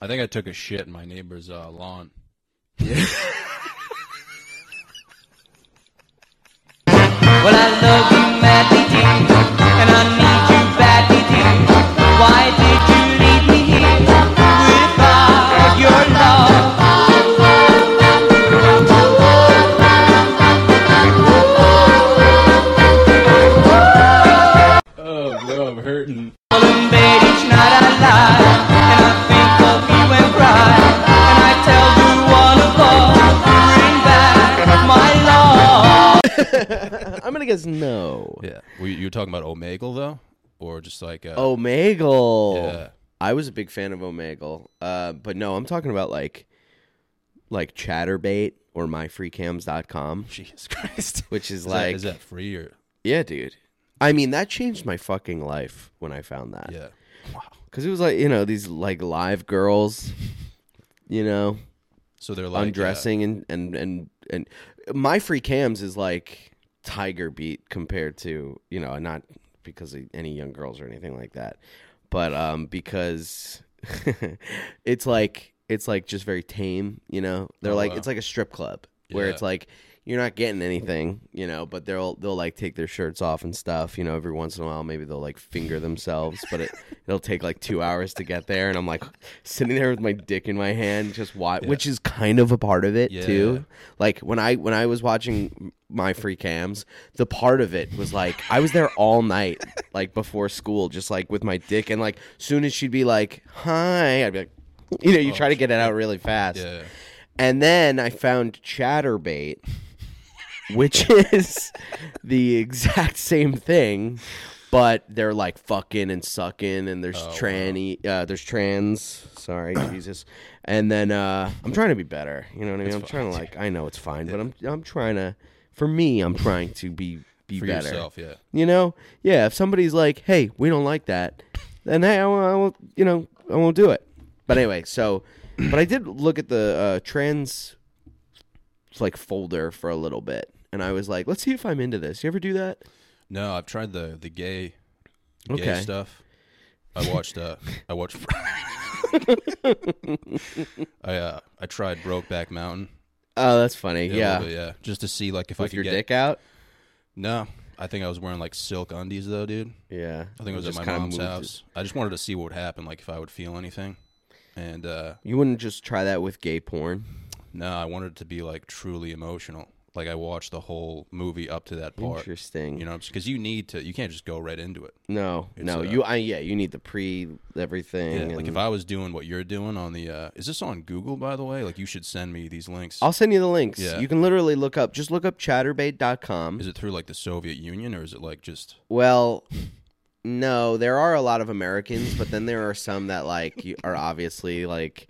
I think I took a shit in my neighbor's uh, lawn. Well, I love you madly, dear, and I need you badly, dear. Why did you leave me here without your love? Oh, bro, I'm hurting. All in bed each night I lie, and I think of you and cry, and I tell you all above, bring back my love. I'm gonna guess no. Yeah. Were you, you were talking about Omegle though, or just like uh, Oh. Omegle. Yeah. I was a big fan of Omegle, uh, but no, I'm talking about like, like ChatterBait or MyFreeCams.com, Jesus Christ? which is Is, like, that, is that free or yeah, dude. I mean, that changed my fucking life when I found that. yeah? because it was like you know these like live girls, you know, So they're like uh, undressing and and and and my free cams is like Tiger Beat compared to you know not because of any young girls or anything like that, but um because it's like it's like just very tame, you know. They're Oh, like wow. it's like a strip club where Yeah. it's like you're not getting anything, you know, but they'll they'll like take their shirts off and stuff, you know, every once in a while maybe they'll like finger themselves, but it it'll take like 2 hours to get there and I'm like sitting there with my dick in my hand just watch which is kind of a part of it too. Like when I when I was watching my free cams, the part of it was like I was there all night like before school just like with my dick and like soon as she'd be like, "Hi," I'd be like you know, you try to get it out really fast. Oh, Yeah. And then I found Chatterbait, which is the exact same thing, but they're like fucking and sucking, and there's Oh, tranny, uh, there's trans. Sorry, Jesus. And then uh, I'm trying to be better. You know what I mean? I'm trying to like, I know it's fine, but I'm I'm trying to. For me, I'm trying to be be For better. yourself, yeah. You know, yeah. If somebody's like, "Hey, we don't like that," then hey, I won't, I won't you know, I won't do it. But anyway, so, but I did look at the uh, trans like folder for a little bit, and I was like, "Let's see if I'm into this." You ever do that? No, I've tried the the gay, gay Okay. stuff. I watched. Uh, I watched. I uh, I tried Brokeback Mountain. Oh, that's funny. a yeah, little bit, yeah. Just to see like if I with could your get. dick out. No, I think I was wearing like silk undies though, dude. Yeah, I think it was Just at my kinda mom's moved it. house. I just wanted to see what would happen, like if I would feel anything. And uh You wouldn't just try that with gay porn. no, I wanted it to be like truly emotional. Like I watched the whole movie up to that part. Interesting. You know, because you need to. You can't just go right into it. no, no, uh, you. I yeah, you need the pre everything. Yeah, like and- if I was doing what you're doing on the, uh, is this on Google by the way? Like you should send me these links. I'll send you the links. Yeah. You can literally look up. Just look up chatterbait.com. is it through like the Soviet Union or is it like just? Well, no, there are a lot of Americans, but then there are some that like you- are obviously like,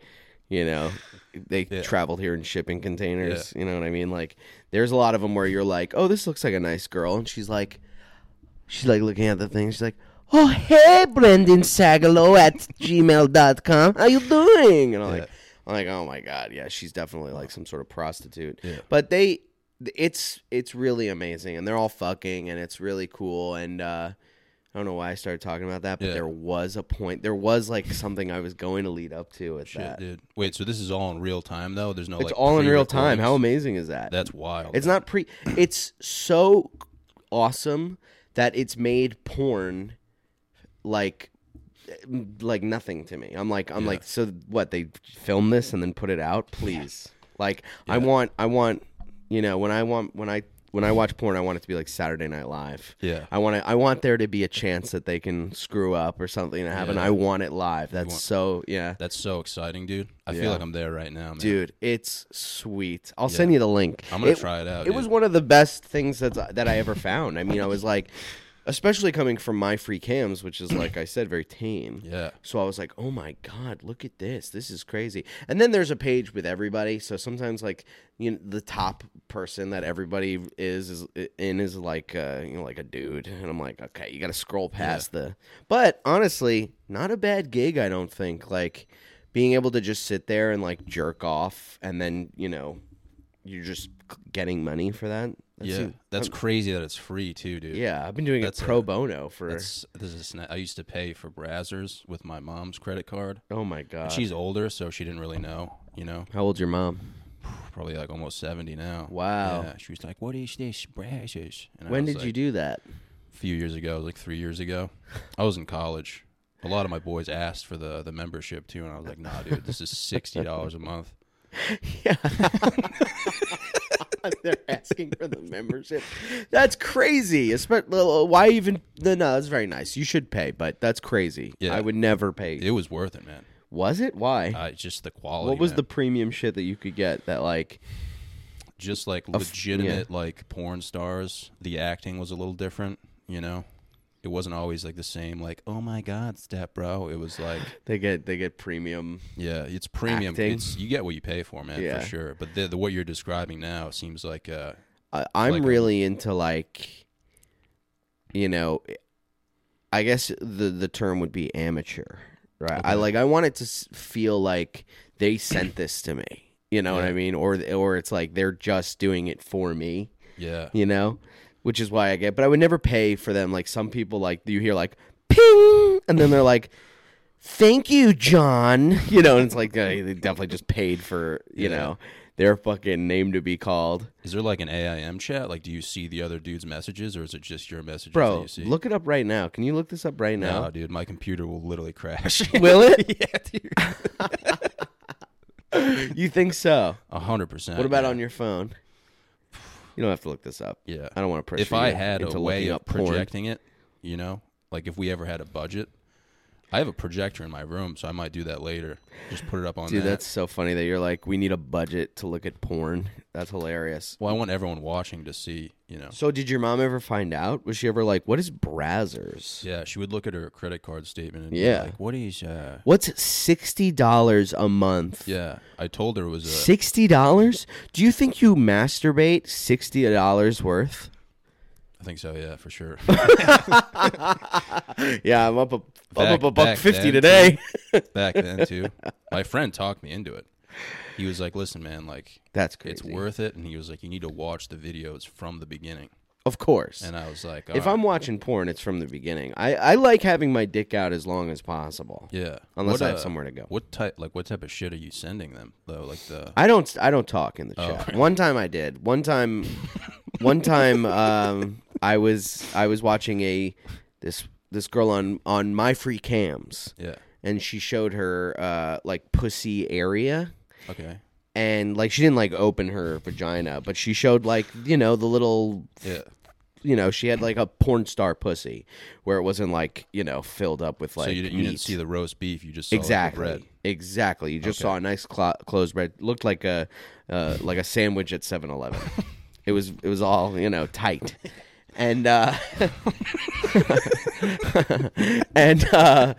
you know, they traveled here in shipping containers. You know what I mean? Like, there's a lot of them where you're like, oh, this looks like a nice girl, and she's like, she's like looking at the thing. She's like. Oh hey Brendan Sagalo at gmail.com. How you doing? And I'm like I'm like, oh my god, yeah, she's definitely like some sort of prostitute. But they it's it's really amazing and they're all fucking and it's really cool and uh I don't know why I started talking about that, but Yeah. there was a point. There was like something I was going to lead up to at Shit, that. dude. Wait, so this is all in real time though? There's no. It's like, all in real time. pre-recordings? How amazing is that? That's wild. It's not pre. It's so awesome that it's made porn like like nothing to me. I'm like I'm like so what they film this and then put it out, please. Like I want I want you know when I want when I when I watch porn I want it to be like Saturday Night Live. Yeah. I want to I want there to be a chance that they can screw up or something to happen. Yeah. I want it live. That's want- so yeah. That's so exciting, dude. I Yeah. feel like I'm there right now, man. Dude, it's sweet. I'll send you the link. I'm gonna try it out, It was dude. one of the best things that that I ever found. I mean, I was like, especially coming from my free cams, which is like I said, very tame. Yeah. So I was like, oh my god, look at this. This is crazy. And then there's a page with everybody. So sometimes like you know, the top person that everybody is, is in is like uh, you know like a dude, and I'm like, okay, you got to scroll past the. But honestly, not a bad gig, I don't think. Like being able to just sit there and like jerk off, and then you know you're just getting money for that. That's yeah, in- that's I'm- crazy that it's free too, dude. yeah. I've been doing it That's pro a- bono for. that's this is. Not, I used to pay for Brazzers with my mom's credit card. oh my god. She's older, so she didn't really know. You know, How old's your mom? probably like almost seventy now. Wow. Yeah, she was like, "What is this Brazzers?" And I When was did you like- do that? A few years ago, it was like three years ago. I was in college. A lot of my boys asked for the the membership too, and I was like, "Nah, dude, this is sixty dollars a month." Yeah. They're asking for the membership. That's crazy. Especially why even? No, no, that's very nice. You should pay, but that's crazy. Yeah. I would never pay. It was worth it, man. was it? Why? Uh, it's just the quality. what was man. the premium shit that you could get that like? just like legitimate like porn stars. The acting was a little different, you know. It wasn't always like the same like, "Oh my god, step bro." It was like, They get they get premium. yeah, it's premium. Acting. It's you get what you pay for, man, Yeah. for sure. But the, the what you're describing now seems like uh I, I'm Like a- really into like, you know, I guess the the term would be amateur, right? I Okay. like I want it to s- feel like they sent this to me, you know what Yeah. I mean? Or or it's like they're just doing it for me, yeah. you know, which is why I get. But I would never pay for them. Like some people, like you hear like ping, and then they're like. Thank you, John. You know, and it's like uh, they definitely just paid for, you Yeah. know, their fucking name to be called. Is there like an AIM chat? Like do you see the other dude's messages or is it just your messages that Bro, you see? look it up right now. Can you look this up right no, now? dude, my computer will literally crash. Will it? yeah, dude. You think so? A hundred percent. What about on your phone? You don't have to look this up. Yeah. I don't want to pressure if I you had into a way looking of up porn. projecting it, you know, like if we ever had a budget, I have a projector in my room, so I might do that later. Just put it up on Dude, that. that's so funny that you're like, we need a budget to look at porn. That's hilarious. Well, I want everyone watching to see, you know. So, did your mom ever find out? Was she ever like, what is Brazzers? Yeah, she would look at her credit card statement and Yeah. be like, "What is?" Uh... What's $60 a month? Yeah, I told her it was a. $60? Do you think you masturbate $60 worth? I think so. Yeah, for sure. Yeah, I'm up a, I'm Back- up a buck back then, 50 today. Back then too, my friend talked me into it. He was like, "Listen, man, like That's crazy. it's worth it," and he was like, "You need to watch the videos from the beginning." Of course. And uh, I was like, if "All I'm watching porn, it's from the beginning. I, I like having my dick out as long as possible. Yeah. Unless I have somewhere to go. What type like what type of shit are you sending them though? Like the I don't I don't talk in the Oh. chat. One time I did. One time one time um, I was I was watching a this this girl on on my free cams Yeah. and she showed her uh, like pussy area Okay. and like she didn't like open her vagina but she showed like you know the little Yeah. you know she had like a porn star pussy where it wasn't like you know filled up with like so you, didn't- you didn't meat. see the roast beef, you just saw like, the Exactly. bread. Exactly. You just saw a nice clo- closed bread. Looked like a uh, like a sandwich at 7-Eleven. it was it was all you know tight, and uh, and uh,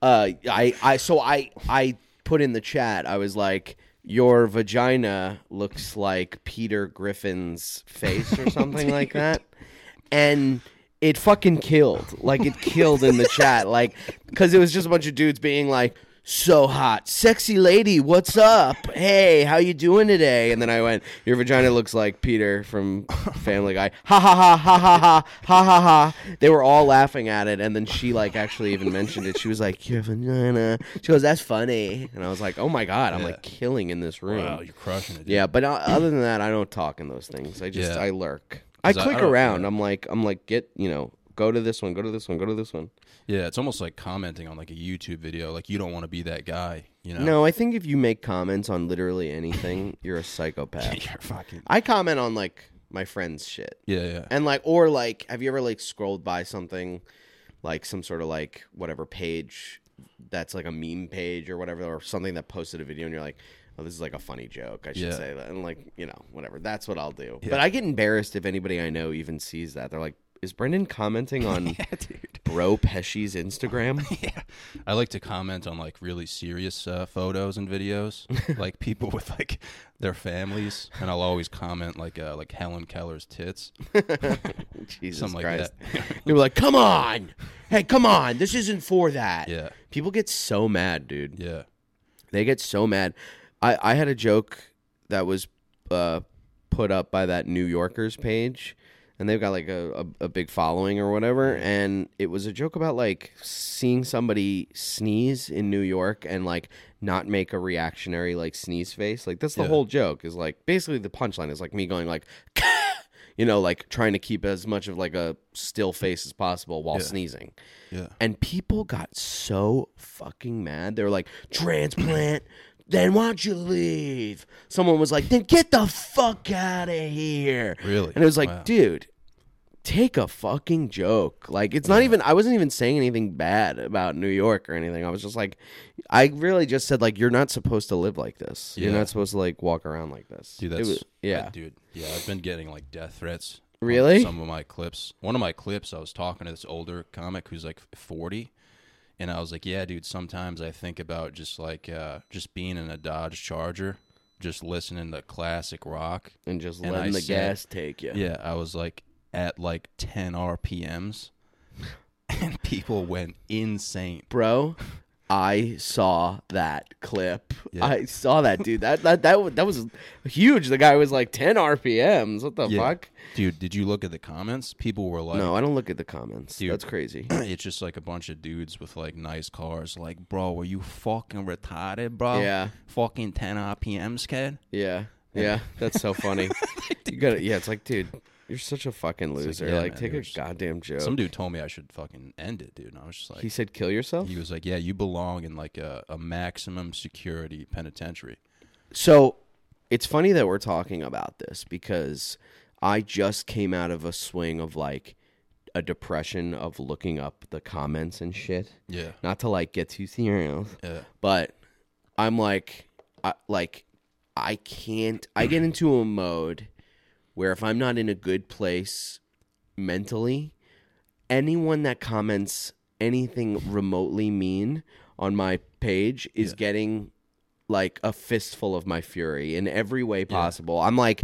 uh, I I so I I put in the chat. I was like. Your vagina looks like Peter Griffin's face or something like that and it fucking killed. Like it killed in the chat. Like because it was just a bunch of dudes being like, "So hot, sexy lady, what's up? Hey, how you doing today?" And then I went, "Your vagina looks like Peter from Family Guy." Ha ha ha ha ha ha ha ha ha. They were all laughing at it, and then she like actually even mentioned it. She was like, "Your vagina." She goes, "That's funny," and I was like, "Oh my god, I'm Yeah. like killing in this room." Wow, you're crushing it. dude. Yeah, but o- other than that, I don't talk in those things. I just Yeah. I lurk. I 'Cause I- click I don't- around. yeah. I'm like I'm like get you know go to this one, go to this one, go to this one. Yeah, it's almost like commenting on like a YouTube video. Like you don't want to be that guy, you know. No, I think if you make comments on literally anything, you're a psychopath. You're fucking I comment on like my friends' shit Yeah, yeah. and like or like have you ever like scrolled by something like some sort of like whatever page that's like a meme page or whatever or something that posted a video and you're like oh this is like a funny joke i should Yeah. say that and like you know whatever that's what i'll do but i get embarrassed if anybody i know even sees that they're like is brendan commenting on bro pesci's instagram I like to comment on like really serious uh, photos and videos, like people with like their families, and I'll always comment like uh, like Helen Keller's tits, jesus something like christ that. they were like come on hey come on this isn't for that yeah, people get so mad dude yeah. They get so mad. I, I had a joke that was uh, put up by that New Yorkers page, and they've got like a, a, a big following or whatever. And it was a joke about like seeing somebody sneeze in New York and like not make a reactionary like sneeze face. Like that's the Yeah. whole joke. Is like basically the punchline is like me going like. You know, like trying to keep as much of like a still face as possible while sneezing. Yeah. And people got so fucking mad. They were like, transplant, then why don't you leave? Someone was like, then get the fuck out of here. Really? And it was like, Wow. dude, take a fucking joke. Like, it's not even, I wasn't even saying anything bad about New York or anything. I was just like, I really just said, like, you're not supposed to live like this. You're Yeah. not supposed to, like, walk around like this. Dude, It that's was- yeah. dude, yeah, I've been getting like death threats. on Really? Some of my clips. One of my clips, I was talking to this older comic who's like 40, and I was like, "Yeah, dude. Sometimes I think about just like uh, just being in a Dodge Charger, just listening to classic rock. And just And letting I the said- gas take you. Yeah, I was like at like 10 RPMs, and people went insane. bro. I saw that clip. Yeah. I saw that dude. That that that wa- that was huge. The guy was like 10 RPMs. What the fuck? dude. Did you look at the comments? People were like, No, I don't look at the comments. Dude. That's crazy. it's just like a bunch of dudes with like nice cars. Like, bro, are you fucking retarded, bro? Yeah. Fucking 10 RPMs, kid. Yeah. Yeah, that's so funny. you got to Yeah, it's like, dude, you're such a fucking like, loser. yeah, like, man, take a you're just- goddamn joke. Some dude told me I should fucking end it, dude. And I was just like, he said, kill yourself. he was like, yeah, you belong in like a, a maximum security penitentiary. So it's funny that we're talking about this because I just came out of a swing of like a depression of looking up the comments and shit. Yeah. Not to like get too serious, Yeah. but I'm like, I, like I can't. I get into a mode where if I'm not in a good place mentally, anyone that comments anything remotely mean on my page is getting like a fistful of my fury in every way possible. I'm like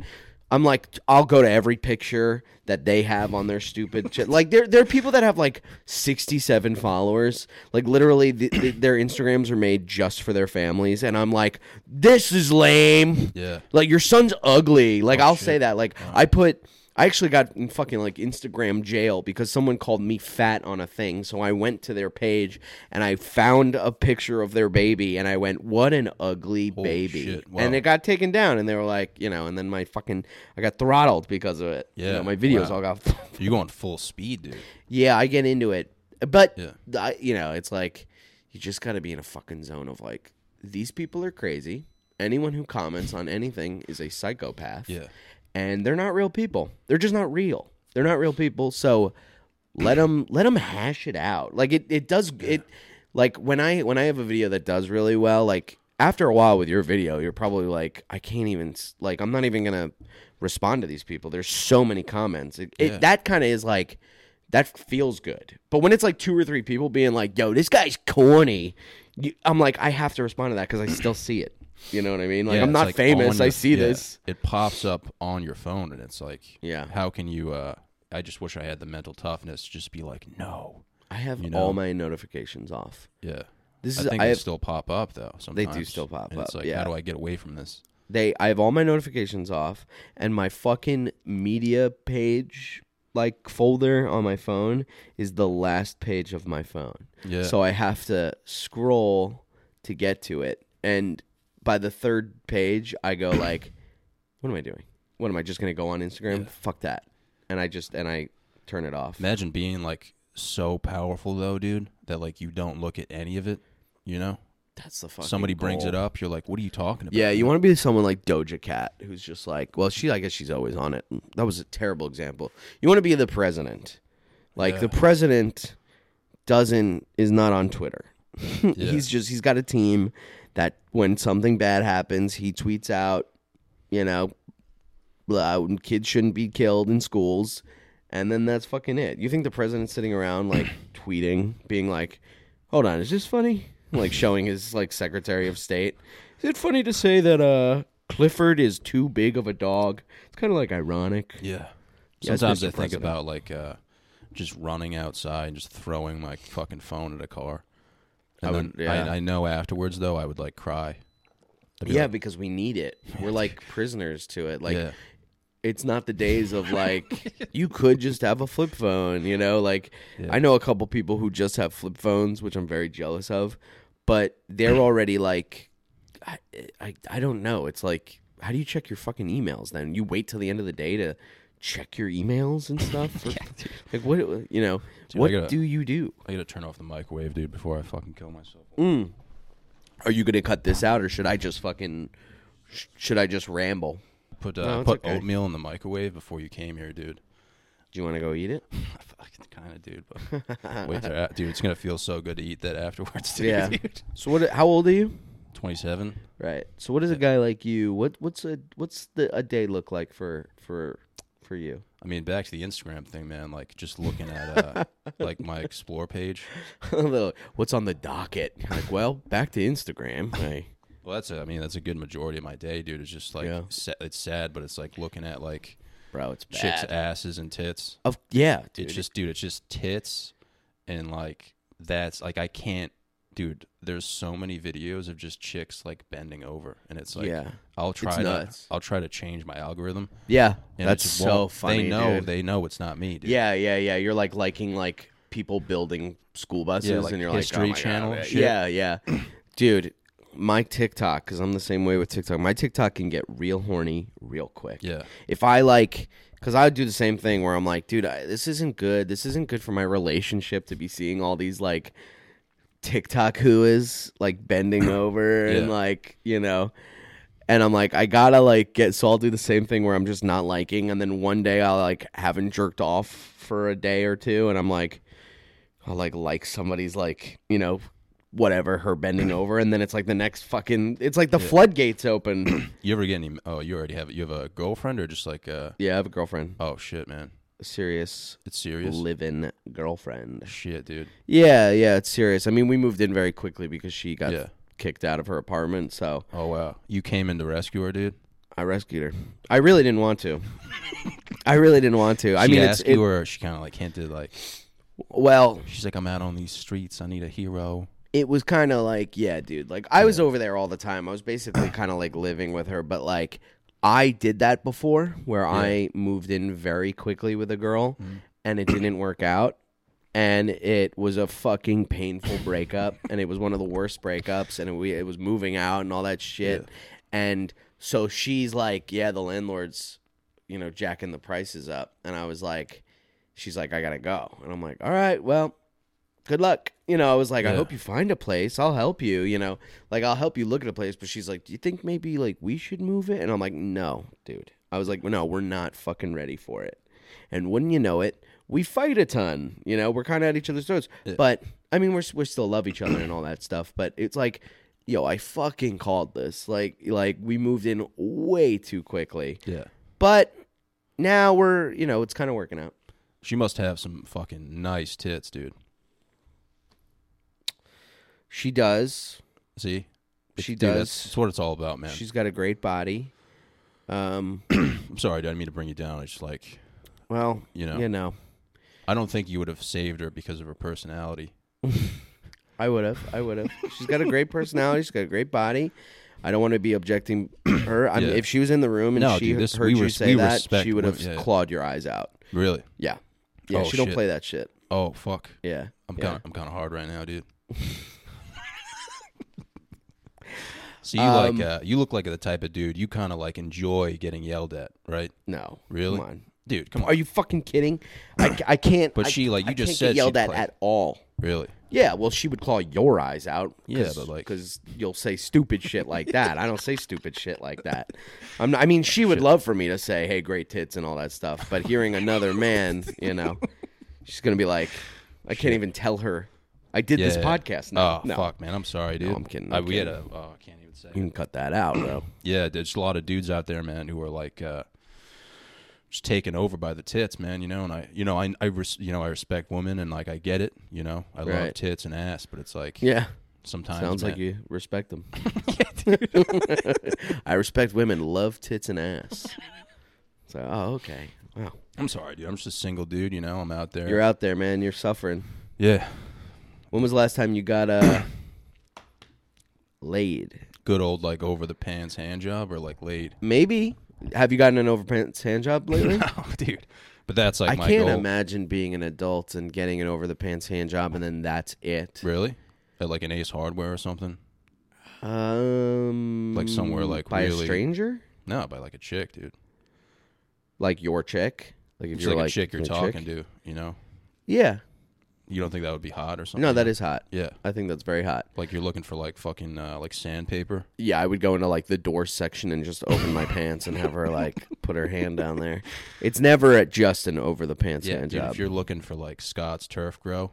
I'm like I'll go to every picture that they have on their stupid ch- like there there are people that have like 67 followers. Like literally the, the, their Instagrams are made just for their families and I'm like this is lame. Yeah. Oh, Like your son's ugly. Like I'll say that. Like I put I actually got in fucking like Instagram jail because someone called me fat on a thing. So I went to their page and I found a picture of their baby and I went, "What an ugly baby." shit. Wow. And it got taken down and they were like, you know, and then my fucking I got throttled because of it. You Yeah. know, my videos Wow. all got You're going full speed, dude. Yeah, I get into it. But Yeah. I, you know, it's like you just got to be in a fucking zone of like these people are crazy. Anyone who comments on anything is a psychopath. Yeah. And they're not real people. They're just not real. They're not real people. So let them let them hash it out. Like it it does it like when I when I have a video that does really well, like after a while with your video, you're probably like I can't even s- like I'm not even going to respond to these people. There's so many comments. It, it Yeah. that kind of is like that feels good. But when it's like two or three people being like, "Yo, this guy's corny," you, I'm like, I have to respond to that because I still see it. You know what I mean? Like Yeah, I'm it's not like famous. on I your- see yeah, this. It pops up on your phone, and it's like, Yeah. How can you? uh I just wish I had the mental toughness to just be like, no. I have You know? all my notifications off. Yeah. This I is think I they have, still pop up though. Sometimes still pop And It's up, like, yeah. how do I get away from this? they I have all my notifications off and my fucking media page like folder on my phone is the last page of my phone. Yeah. So I have to scroll to get to it. And by the third page I go like what am I doing? What am I just going to go on Instagram? Fuck that. And I just and I turn it off. Imagine being like so powerful though, dude, that like you don't look at any of it. You know, That's the fucking somebody brings goal. it up, you're like, what are you talking about? Yeah, you want to be someone like Doja Cat, who's just like, well, she, I guess she's always on it. That was a terrible example. You want to be the president. Like, the president doesn't, is not on Twitter. He's just, he's got a team that when something bad happens, he tweets out, you know, blah, kids shouldn't be killed in schools. And then that's fucking it. You think the president's sitting around, like, tweeting, being like, hold on, is this funny? Like showing his like Secretary of State. Is it funny to say that uh Clifford is too big of a dog? It's kind of like ironic. Yeah. Yeah, it's Sometimes I Mr. think President. about like uh, just running outside and just throwing my fucking phone at a car. And I then would- yeah. I, I know afterwards though, I would like cry. Yeah, because we need it. We're like prisoners to it. Like Yeah. it's not the days of like you could just have a flip phone, you know? Like I know a couple people who just have flip phones, which I'm very jealous of, but they're already like I, I I don't know. It's like how do you check your fucking emails then? You wait till the end of the day to check your emails and stuff? Or- like what you know, I what gotta- do you do? I gotta turn off the microwave, dude, before I fucking kill myself. Are you going to cut this out or should I just fucking sh- should I just ramble? Put uh, No, it's put okay. oatmeal in the microwave before you came here, dude. Do you want to go eat it? I fucking kind of, dude. But wait, till a- dude, it's gonna feel so good to eat that afterwards, dude. Yeah. So what how old are you? Twenty-seven. Right. So what does a guy like you what what's a what's the a day look like for for for you? I mean, back to the Instagram thing, man. Like just looking at uh, like my explore page. A little, what's on the docket? Like, well, back to Instagram. I, Well, that's a, I mean, that's a good majority of my day, dude. It's just like Yeah. sa- it's sad, but it's like looking at like bro, it's bad. chicks' asses and tits. of yeah, dude. It's just, dude, it's just tits, and like that's like I can't, dude. There's so many videos of just chicks like bending over, and it's like, Yeah. I'll try to, nuts. I'll try to change my algorithm. yeah, And it that's just so won't- funny. They know, dude. they know it's not me, dude. yeah, yeah, yeah. You're like liking like people building school buses, like and you're like, History oh my God, Channel yeah, shit. yeah, yeah, dude. My TikTok, because I'm the same way with TikTok. My TikTok can get real horny real quick. yeah. if I like, because I would do the same thing where I'm like, dude, I, this isn't good. This isn't good for my relationship to be seeing all these like TikTok who is like bending over and Yeah. like, you know. And I'm like, I gotta like get, so I'll do the same thing where I'm just not liking. And then one day I like haven't jerked off for a day or two. And I'm like, I'll like like somebody's like, you know, whatever, her bending over. And then it's like the next fucking, it's like the floodgates open. You ever get any? Oh, you already have. You have a girlfriend or just like uh yeah, I have a girlfriend. Oh shit, man. Serious It's serious. living girlfriend. Shit, dude. Yeah, yeah, it's serious. I mean, we moved in very quickly because she got Yeah. kicked out of her apartment, so Oh wow. You came in to rescue her, dude. I rescued her. I really didn't want to. I really didn't want to. I She mean, it's asked you, it- or she kind of like hinted, like well, she's like, "I'm out on these streets. I need a hero." it was kind of like, yeah, dude. Like I was over there all the time. I was basically kind of like living with her, but like I did that before where I moved in very quickly with a girl Mm. and it didn't work out. And it was a fucking painful breakup, and it was one of the worst breakups, and it, we, it was moving out and all that shit. And so she's like, "Yeah, the landlord's, you know, jacking the prices up," and I was like, "She's like, I gotta go," and I'm like, "All right, well, good luck. You know, I was like, I Yeah. hope you find a place. I'll help you. You know, like I'll help you look at a place. But she's like, do you think maybe like we should move it? And I'm like, no, dude. I was like, no, we're not fucking ready for it. And wouldn't you know it, we fight a ton. You know, we're kind of at each other's throats. But I mean, we're we still love each other and all that stuff. But it's like, yo, I fucking called this. Like, like we moved in way too quickly. Yeah. But now we're, you know, it's kind of working out. She must have some fucking nice tits, dude. She does. See. It's- She dude, does. That's, that's what it's all about, man. She's got a great body. Um, I'm sorry, dude. I didn't mean to bring you down. It's just like well, You know. you know, I don't think you would have saved her because of her personality. I would have, I would have. She's got a great personality. She's got a great body. I don't want to be objecting her. I mean, Yeah. if she was in the room and No, she dude, this- heard we you res- say we that, respect she would have women, yeah. clawed your eyes out. Really? Yeah, yeah. Oh, she don't shit. play that shit. Oh fuck. Yeah, I'm yeah. kind of I'm kind of hard right now, dude. so you Um, like uh, you look like the type of dude you kind of like enjoy getting yelled at, right? No, Really? Come on. Dude, come on. Are you fucking kidding? I, I can't. But I- she, like, you I just can't said get she yelled at played. at all. really? Yeah, well, she would claw your eyes out. Yeah, but, like- because you'll say stupid shit like that. I don't say stupid shit like that. I'm not, I mean, she would love for me to say, "Hey, great tits" and all that stuff, but hearing another man, you know, she's gonna be like, "I can't even tell her I did this Yeah. podcast." No, oh, no, fuck, man. I'm sorry, dude. I'm kidding, I- I'm we had a. kidding. Oh, I can't even say. you can cut that out, bro. Yeah, there's a lot of dudes out there, man, who are like uh, just taken over by the tits, man. You know, and I, you know, I, I, res- you know, I respect women, and like I get it. You know, I love Right. tits and ass, but it's like Yeah, sometimes sounds like man, you respect them. I respect women. Love tits and ass. So, oh, okay. Wow, I'm sorry, dude. I'm just a single dude. You know, I'm out there. you're out there, man. You're suffering. yeah, When was the last time you got uh laid? good old like over the pants hand job or like laid. Maybe Have you gotten an overpants hand job lately? no, dude. But that's like I my can't goal. imagine being an adult and getting an over the pants hand job and then that's it. Really? At like an Ace Hardware or something? Um, Like somewhere, like, by a really- stranger, No, by like a chick, dude. like your chick. Like if Just you're like, like, a chick you're a talking to, you know? Yeah, You don't think that would be hot or something? no, that is hot. Yeah. I think that's very hot. Like you're looking for like fucking uh, like sandpaper. Yeah, I would go into like the door section and just open my pants and have her like put her hand down there. It's never at just an over the pants hand dude, job. if you're looking for like Scott's turf grow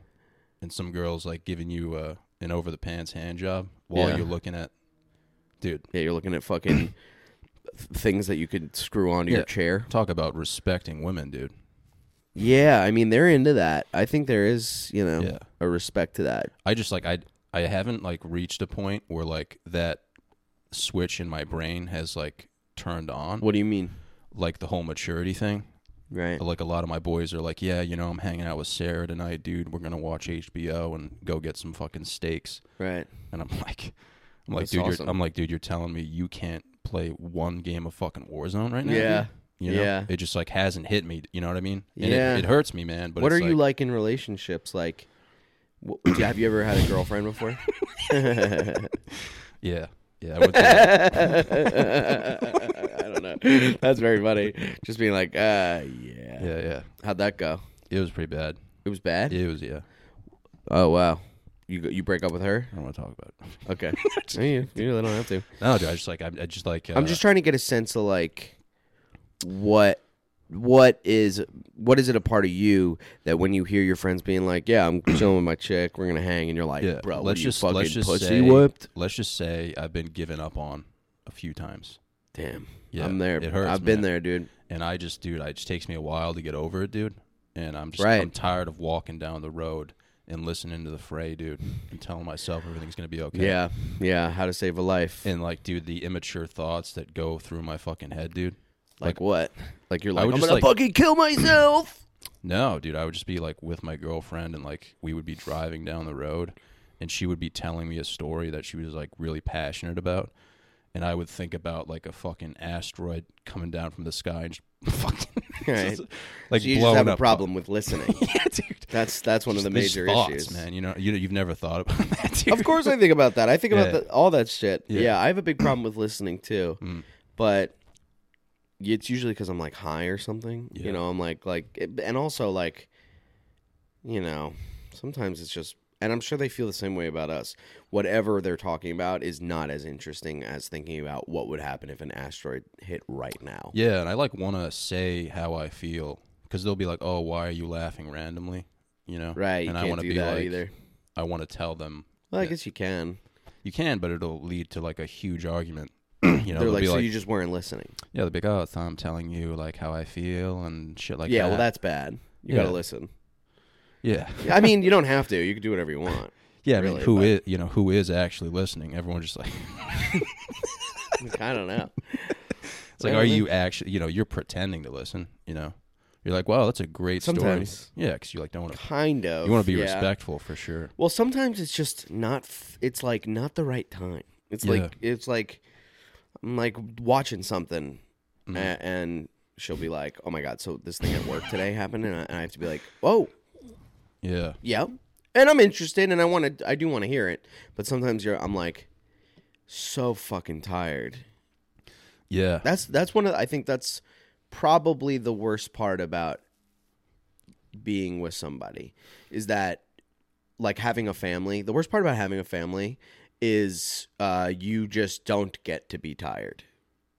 and some girls like giving you uh, an over the pants hand job while Yeah. you're looking at dude, yeah, you're looking at fucking th- things that you could screw onto Yeah. your chair. talk about respecting women, dude. Yeah, I mean they're into that. I think there is, you know, Yeah. a respect to that. I just like I I haven't like reached a point where like that switch in my brain has like turned on. What do you mean? Like the whole maturity thing. Right. Like a lot of my boys are like, yeah, you know, I'm hanging out with Sarah tonight, dude. We're gonna watch HBO and go get some fucking steaks. Right. And I'm like, I'm like, That's dude, awesome. you're, I'm like, dude, you're telling me you can't play one game of fucking Warzone right now? Yeah. dude? You know? Yeah. It just like hasn't hit me. You know what I mean? And Yeah. It, it hurts me, man. But what are it's you like in relationships? Like, wh- do you- have you ever had a girlfriend before? Yeah. Yeah. I went through- I don't know. That's very funny. Just being like, uh, yeah. yeah. Yeah. How'd that go? It was pretty bad. It was bad. It was. Yeah. Oh wow. You go- you break up with her? I don't want to talk about it. Okay. No, you, you really don't have to. No, dude. I just like. I, I just like. Uh, I'm just trying to get a sense of like what what is what is it a part of you that when you hear your friends being like, "Yeah, I'm chilling with my chick, we're gonna hang," and you're like, Yeah. "Bro, let's just. fucking Let's just pussy say. whipped." Let's just say I've been given up on a few times, Damn. Yeah, I'm there. it hurts, I've been man. there, dude. and I just, dude, I, it just takes me a while to get over it, dude. And I'm just. Right. I'm tired of walking down the road and listening to the fray, dude, and telling myself everything's gonna be okay. Yeah. Yeah, how to save a life. And like, dude, the immature thoughts that go through my fucking head, dude. like, what? Like you're I like, would "I'm just, gonna like- fucking kill myself." No, dude, I would just be like with my girlfriend and like we would be driving down the road and she would be telling me a story that she was like really passionate about and I would think about like a fucking asteroid coming down from the sky and just fucking Right. just, like so you blowing just have a up. problem with listening. yeah, dude. That's that's one of the These major thoughts, issues, man. You know, you you've never thought about that. Dude. of course I think about that. I think about Yeah. the, all that shit. Yeah. Yeah. Mm. I have a big problem with listening too, but it's usually because I'm like high or something. Yeah. You know, I'm like like, it- and also like, you know, sometimes it's just, and I'm sure they feel the same way about us. Whatever they're talking about is not as interesting as thinking about what would happen if an asteroid hit right now. Yeah, and I like want to say how I feel cuz they'll be like, "Oh, why are you laughing randomly?" You know? Right? You and I can't wanna do be that like either. I want to tell them Well, I guess you can. You can, but it'll lead to like a huge argument. you know, They're they'll like, be so like, you just weren't listening. yeah, they'll be like, oh, so I'm telling you like how I feel and shit like yeah, that. well, that's bad. Yeah. You gotta listen. yeah, I mean, you don't have to. You can do whatever you want. yeah. I mean, Really, who but- is you know who is actually listening? Everyone's just like, I don't know. it's like, Yeah, are they- you actually? You know, you're pretending to listen. You know, you're like, wow, that's a great Sometimes. story. Yeah, because you like don't want to. Kind of. You want to be yeah. respectful for sure. Well, sometimes it's just not. F- it's like not the right time. It's like it's like I'm like watching something, Mm-hmm. a- and she'll be like, "Oh my god!" So this thing at work today happened, and I, and I have to be like, "Whoa, Yeah, yeah," and I'm interested, and I want to. I do want to hear it, but sometimes you're. I'm like, so fucking tired. yeah. That's that's one of I think that's probably the worst part about being with somebody is that like having a family. The worst part about having a family is uh you just don't get to be tired.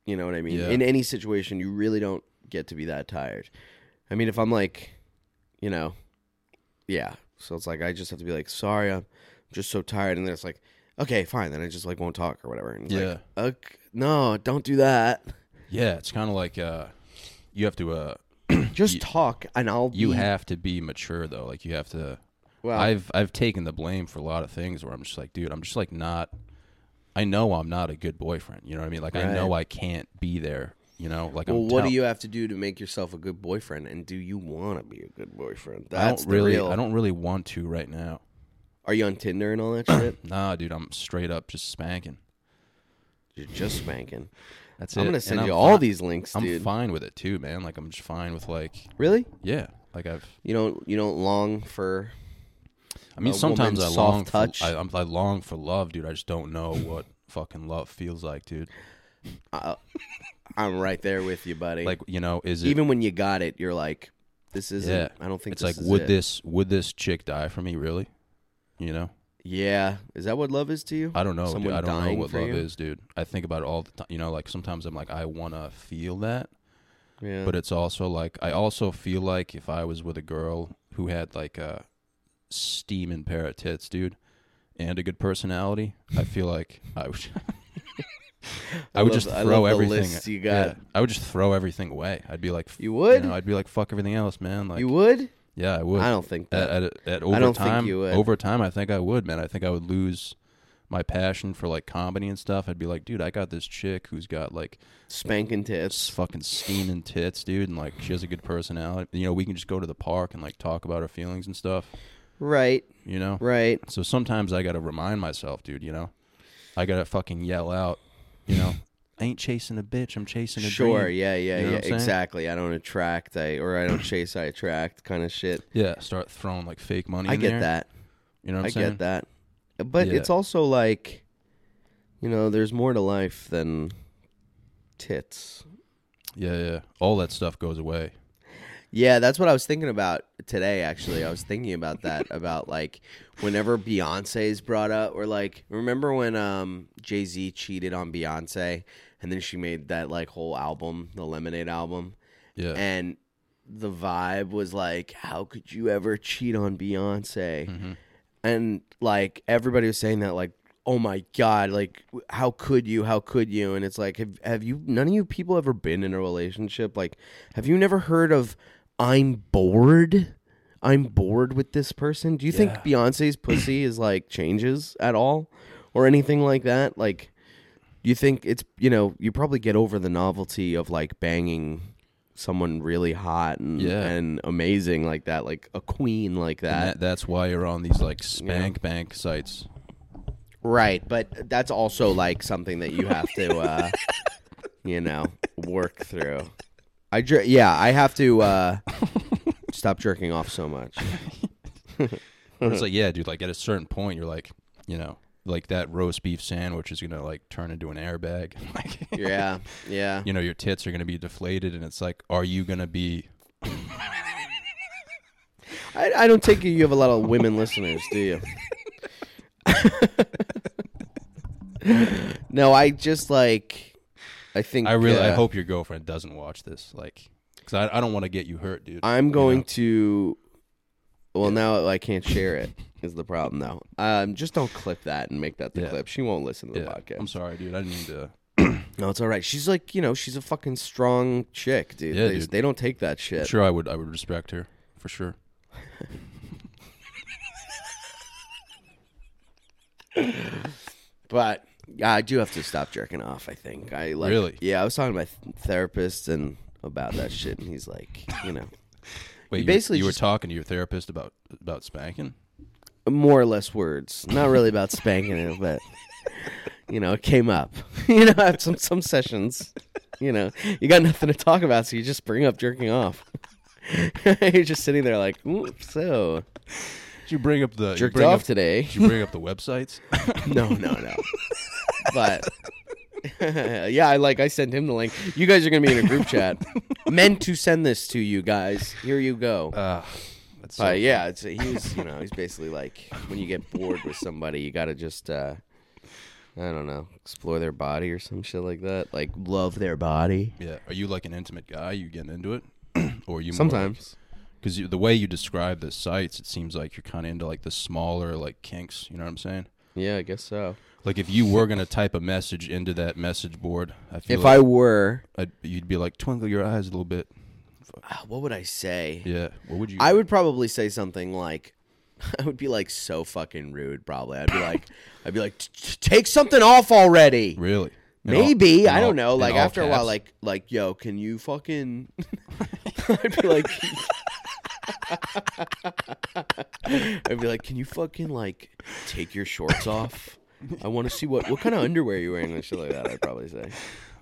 You know what I mean? Yeah. In any situation you really don't get to be that tired. I mean if I'm like you know yeah. So it's like I just have to be like sorry I'm just so tired and then it's like okay fine then I just like won't talk or whatever. And it's like, "Ok, no, don't do that. yeah, it's kind of like uh, you have to uh, Just talk, and I'll. you be, have to be mature though. Like you have to Well, I've I've taken the blame for a lot of things where I'm just like, dude, I'm just like not. I know I'm not a good boyfriend. You know what I mean? Like I know I can't be there. You know, like well, I'm. what do tell- you have to do to make yourself a good boyfriend, and do you want to be a good boyfriend? I That's don't the really. real- I don't really want to right now. Are you on Tinder and all that shit? Nah, dude, I'm straight up just spanking. You're just spanking. That's it. I'm gonna And send I'm you all fi- these links, I'm dude. fine with it too, man. Like I'm just fine with like Really? yeah, like I've. You don't you don't long for I mean, A sometimes I woman's long soft touch. For, I, I'm- I long for love, dude. I just don't know what fucking love feels like, dude. uh, I'm right there with you, buddy. Like you know, is it even when you got it, you're like, this isn't. yeah? I don't think it's this like is would it. this would this chick die for me really? You know, Yeah, is that what love is to you? I don't know. Dude. Someone I don't know dying what for love you? is, dude. I think about it all the time. You know, like sometimes I'm like I wanna feel that, Yeah. but it's also like I also feel like if I was with a girl who had like uh, a steaming pair of tits, dude, and a good personality, I feel like I would. I, would love- just I throw love the everything. lists you got. I would just throw everything away. I'd be like, f- You would? know, I'd be like, fuck everything else, man. Like, you would? yeah, I would. I don't think At, that. at, at over don't think time, you would. over time, I think I would, man. I think I would lose my passion for like comedy and stuff. I'd be like, dude, I got this chick who's got like Spanking s- tits. fucking steaming tits, dude, and like she has a good personality. You know, we can just go to the park and like talk about our feelings and stuff. Right. You know, Right. so sometimes I gotta remind myself, dude. You know, I gotta fucking yell out. You know, I ain't chasing a bitch. I'm chasing a Sure. dream. Yeah. Yeah. You know yeah. what I'm saying? Exactly. I don't attract. I or I don't chase. I attract. Kind of shit. Yeah, start throwing like fake money. I in get there. that. You know what I'm I saying? get that. But Yeah. it's also like, you know, there's more to life than tits. Yeah, yeah. All that stuff goes away. Yeah, that's what I was thinking about today. Actually, I was thinking about that about like whenever Beyonce is brought up, or like remember when um, Jay Z cheated on Beyonce, and then she made that like whole album, the Lemonade album, Yeah. and the vibe was like, how could you ever cheat on Beyonce? Mm-hmm. And like everybody was saying that, like, oh my god, like w- how could you? How could you? And it's like, have have you? None of you people ever been in a relationship? Like, have you never heard of? I'm bored. I'm bored with this person. Do you think Yeah. Beyonce's pussy is like changes at all, or anything like that? Like, you think it's you know you probably get over the novelty of like banging someone really hot and Yeah. and amazing like that like a queen like And that. that, that's why you're on these like spank bank sites. right but that's also like something that you have to uh you know work through i jer- yeah i have to uh stop jerking off so much Mm-hmm. But it's like, yeah, dude, like at a certain point, you're like, you know, like that roast beef sandwich is going to like turn into an airbag. like, yeah yeah you know, your tits are going to be deflated. And it's like, are you going to be. I, I don't take it you have a lot of women listeners, do you? no, I just like I think I really, I uh, hope your girlfriend doesn't watch this. Like, because I, I don't want to get you hurt, dude. I'm going know. to Well now I can't share it is the problem though. Um just don't clip that and make that the Yeah. clip. She won't listen to the yeah. podcast. I'm sorry, dude. I didn't mean to. No, it's all right. She's like, you know, she's a fucking strong chick, dude. Yeah, they, dude. they don't take that shit. Sure, I would, I would respect her for sure. But yeah, I do have to stop jerking off. I think I like. Really? Yeah, I was talking to my th- therapist and about that shit, and he's like, you know, Wait, you, basically basically you just- were talking to your therapist about about spanking. more or less words, not really about spanking it, but you know, it came up. you know, I have some some sessions. You know, you got nothing to talk about, so you just bring up jerking off. You're just sitting there like, "Ooh, so Did you bring up the you jerked bring off up- today. Did you bring up the websites? No, no, no. but yeah, I like I sent him the link. You guys are gonna be in a group chat. Meant to send this to you guys. Here you go. uh, that's so but yeah, it's he was you know he's basically like when you get bored with somebody, you gotta just uh I don't know explore their body or some shit like that. Like love their body. Yeah. Are you like an intimate guy? You getting into it, or are you Sometimes because the way you describe the sites, it seems like you're kind of into like the smaller like kinks. You know what I'm saying? yeah, I guess so. Like if you were gonna type a message into that message board, I feel If I like were, I'd, you'd be like twinkle your eyes a little bit. ah, what would I say? Yeah. What would you? I would probably say something like, I would be like so fucking rude. Probably, I'd be like, I'd be like, "T- t- take something off already. really. In all- Maybe in I all- don't know. in Like all after a while, caps? like like yo, can you fucking? I'd be like, I'd be like, can you fucking like take your shorts off? I want to see what what kind of underwear you're wearing and shit like that. I'd probably say.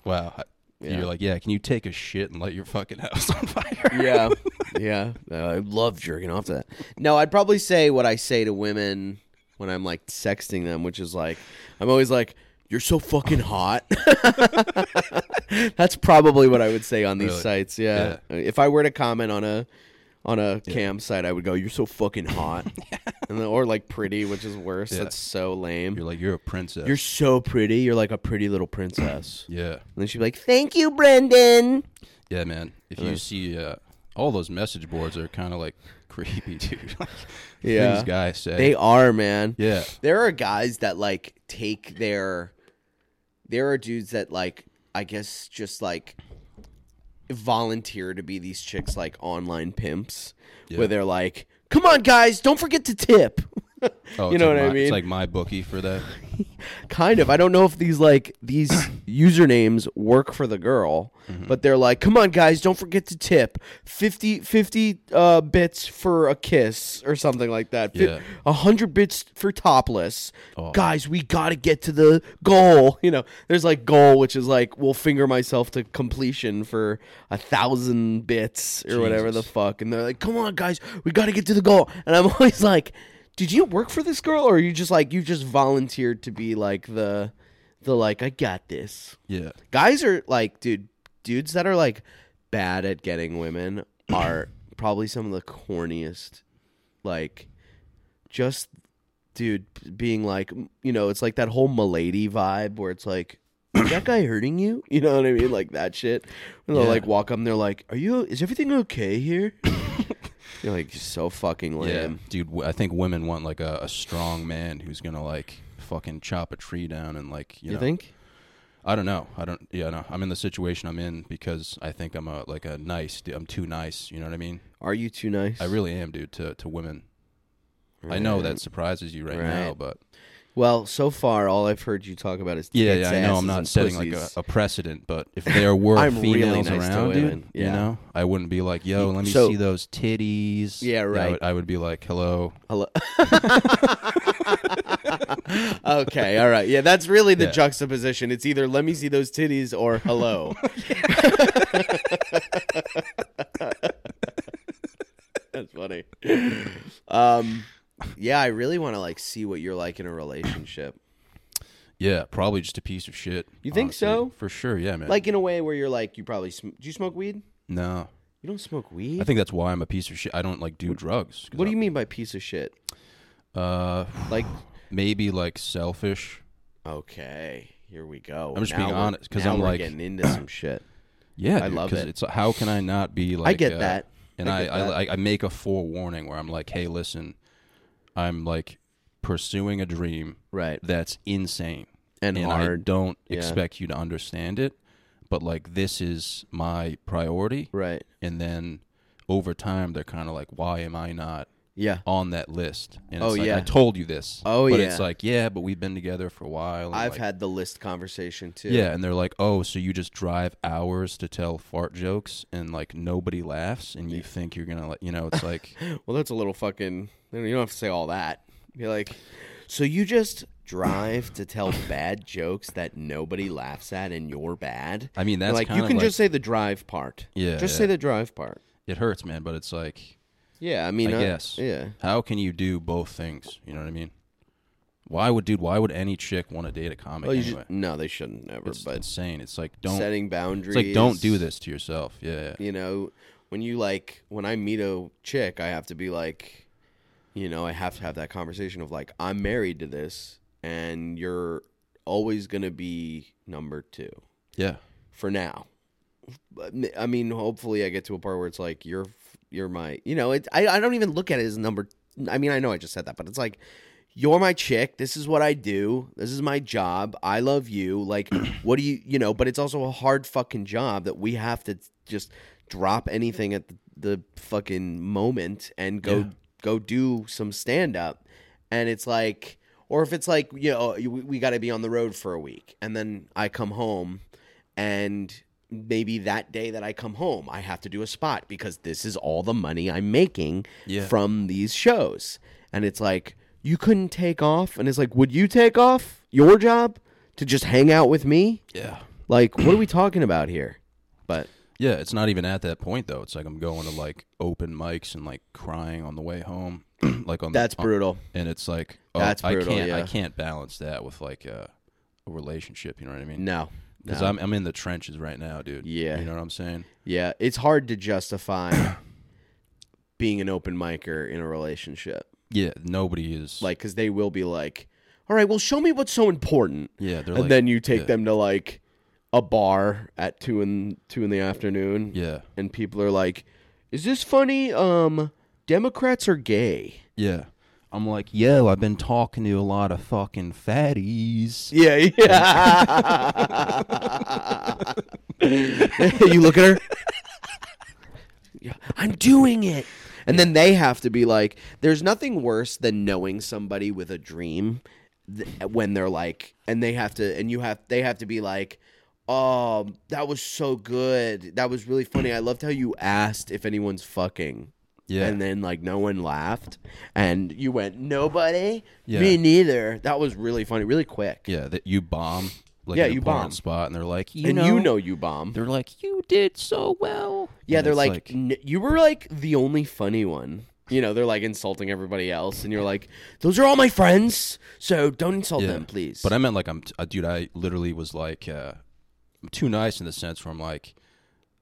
Wow. Yeah. You're like, yeah. Can you take a shit and light your fucking house on fire? Yeah, yeah. Uh, I love jerking off to that. No, I'd probably say what I say to women when I'm like sexting them, which is like, I'm always like, "You're so fucking hot." That's probably what I would say on these Really? sites. Yeah. If I were to comment on a on a cam site, I would go, "You're so fucking hot," and then, or like "pretty," which is worse. Yeah. That's so lame. You're You're, like, you're a princess. so pretty. You're like a pretty little princess. yeah. And then she'd be like, "Thank you, Brendan." Yeah, man. If you see uh, all those message boards are kind of like creepy, dude. like, Yeah. These guys say. They are, man. yeah. There are guys that like take their there are dudes that like I guess just like volunteer to be these chicks like online pimps Yeah. where they're like, "Come on guys, don't forget to tip." Oh, you it's know like what I my, mean? It's like my bookie for that. kind of. I don't know if these like these usernames work for the girl, Mm-hmm. but they're like, "Come on guys, don't forget to tip 50 50 uh bits for a kiss or something like that. Fif- Yeah. 100 bits for topless. Oh. Guys, we got to get to the goal." You know, there's like goal which is like, "We'll finger myself to completion for a 1000 bits or whatever the Jesus. fuck." And they're like, "Come on guys, we got to get to the goal." And I'm always like, "Did you work for this girl or you just like you just volunteered to be like the the like I got this?" Yeah. Guys are like, dude, dudes that are like bad at getting women are probably some of the corniest. Like, just dude being like, you know, it's like that whole milady vibe where it's like, is that guy hurting you? You know what I mean? Like that shit. And they'll Yeah. like walk up and they're like, are you, is everything okay here? You're like, so fucking Yeah. lame. Dude, w- I think women want like a, a strong man who's going to like fucking chop a tree down and like, you, You know. think? I don't know. I don't, yeah, no. I'm in the situation I'm in because I think I'm a, like a nice, du- I'm too nice. You know what I mean? Are you too nice? I really am, dude, to, to women. I know that surprises you right, now, Right. but Well, so far, all I've heard you talk about is yeah, tits, yeah, I know asses, I'm not and setting pussies. like a, a precedent, but if there were I'm really females nice to around, dude, women, you yeah. know, I wouldn't be like, yo, let me so- see those titties. Yeah, You know, right. I would, I would be like, hello. Hello. okay, all right. Yeah, that's really the Yeah. juxtaposition. It's either let me see those titties or hello. that's funny. Um, yeah, I really want to like see what you're like in a relationship. Yeah, probably just a piece of shit. You think honestly. so? For sure, yeah, man. Like in a way where you're like you probably sm- do you smoke weed? no, You don't smoke weed? I think that's why I'm a piece of shit. I don't like do drugs. 'cause what do you mean by piece of shit? I- Uh, Like maybe like selfish. okay, here we go. I'm just Now being we're- honest, 'cause now I'm we're like- getting into some shit. Yeah, I dude, love 'cause it. It's like, how can I not be like? get uh, that. And I I get I, that. I I make a forewarning where I'm like, hey, listen, I'm like pursuing a dream Right. that's insane And I hard. don't Yeah. expect you to understand it, but like this is my priority. Right. And then over time, they're kind of like, why am I not Yeah. on that list? And Oh, it's like, yeah. I told you this. Oh, but yeah. it's like, yeah, but we've been together for a while. and, I've like, had the list conversation too. Yeah, and they're like, "Oh, so you just drive hours to tell fart jokes and like nobody laughs and you think you're going to like, you know, it's like Well, that's a little fucking. You don't have to say all that. You're like, so you just drive to tell bad jokes that nobody laughs at, and you're bad. I mean, You're that's like you kinda can like- just say the drive part. Yeah, Just yeah. say the drive part. it hurts, man, but it's like Yeah. I mean, uh, I guess. Yeah. How can you do both things? You know what I mean? Why would dude? Why would any chick want to date a comic Well, you anyway? should, no, they shouldn't ever. it's but insane. It's like don't. setting it's boundaries. like don't do this to yourself. Yeah. yeah. you know when you like when i meet a chick i have to be like you know i have to have that conversation of like i'm married to this and you're always going to be number 2 Yeah. for now But m- i mean hopefully i get to a part where it's like you're you're my you know it i, I don't even look at it as number i mean i know i just said that but it's like you're my chick. This is what I do. This is my job. I love you. Like, what do you, you know, but it's also a hard fucking job that we have to just drop anything at the, the fucking moment and go, Yeah. go do some stand up. And it's like, or if it's like, you know, we, we got to be on the road for a week. And then I come home and maybe that day that I come home, I have to do a spot because this is all the money I'm making Yeah. from these shows. And it's like, you couldn't take off, and it's like, would you take off your job to just hang out with me? Yeah. Like, what are we talking about here? But Yeah, it's not even at that point though. It's like I'm going to like open mics and like crying on the way home, like on that's the, brutal. and it's like oh, That's I brutal, can't I yeah. can't balance that with like a, a relationship. You know what I mean? No, Because no. I'm I'm in the trenches right now, dude. Yeah. you know what I'm saying? Yeah, it's hard to justify being an open micer in a relationship. Yeah, nobody is Like, because they will be like, all right, well, show me what's so important. yeah. They're and like, then you take yeah. them to like a bar at two in two in the afternoon. Yeah, And people are like, is this funny? Um, Democrats are gay. yeah. I'm like, yo, I've been talking to a lot of fucking fatties. Yeah, yeah. you look at her. Yeah, I'm doing it. And then they have to be like, there's nothing worse than knowing somebody with a dream th- when they're like, and they have to, and you have, they have to be like, oh, that was so good. That was really funny. I loved how you asked if anyone's fucking. Yeah, And then like no one laughed, and you went nobody, Yeah. me neither. That was really funny, really quick. yeah. That you bomb. Like Yeah, an you important bomb. spot, and they're like, you and know, you know you bomb. They're like, you did so well. Yeah, And they're it's like, "N- you were like the only funny one. You know, they're like insulting everybody else, and you're like, those are all my friends, so don't insult Yeah. them, please. But I meant like I'm, t- uh, dude. I literally was like, uh, I'm too nice in the sense where I'm like,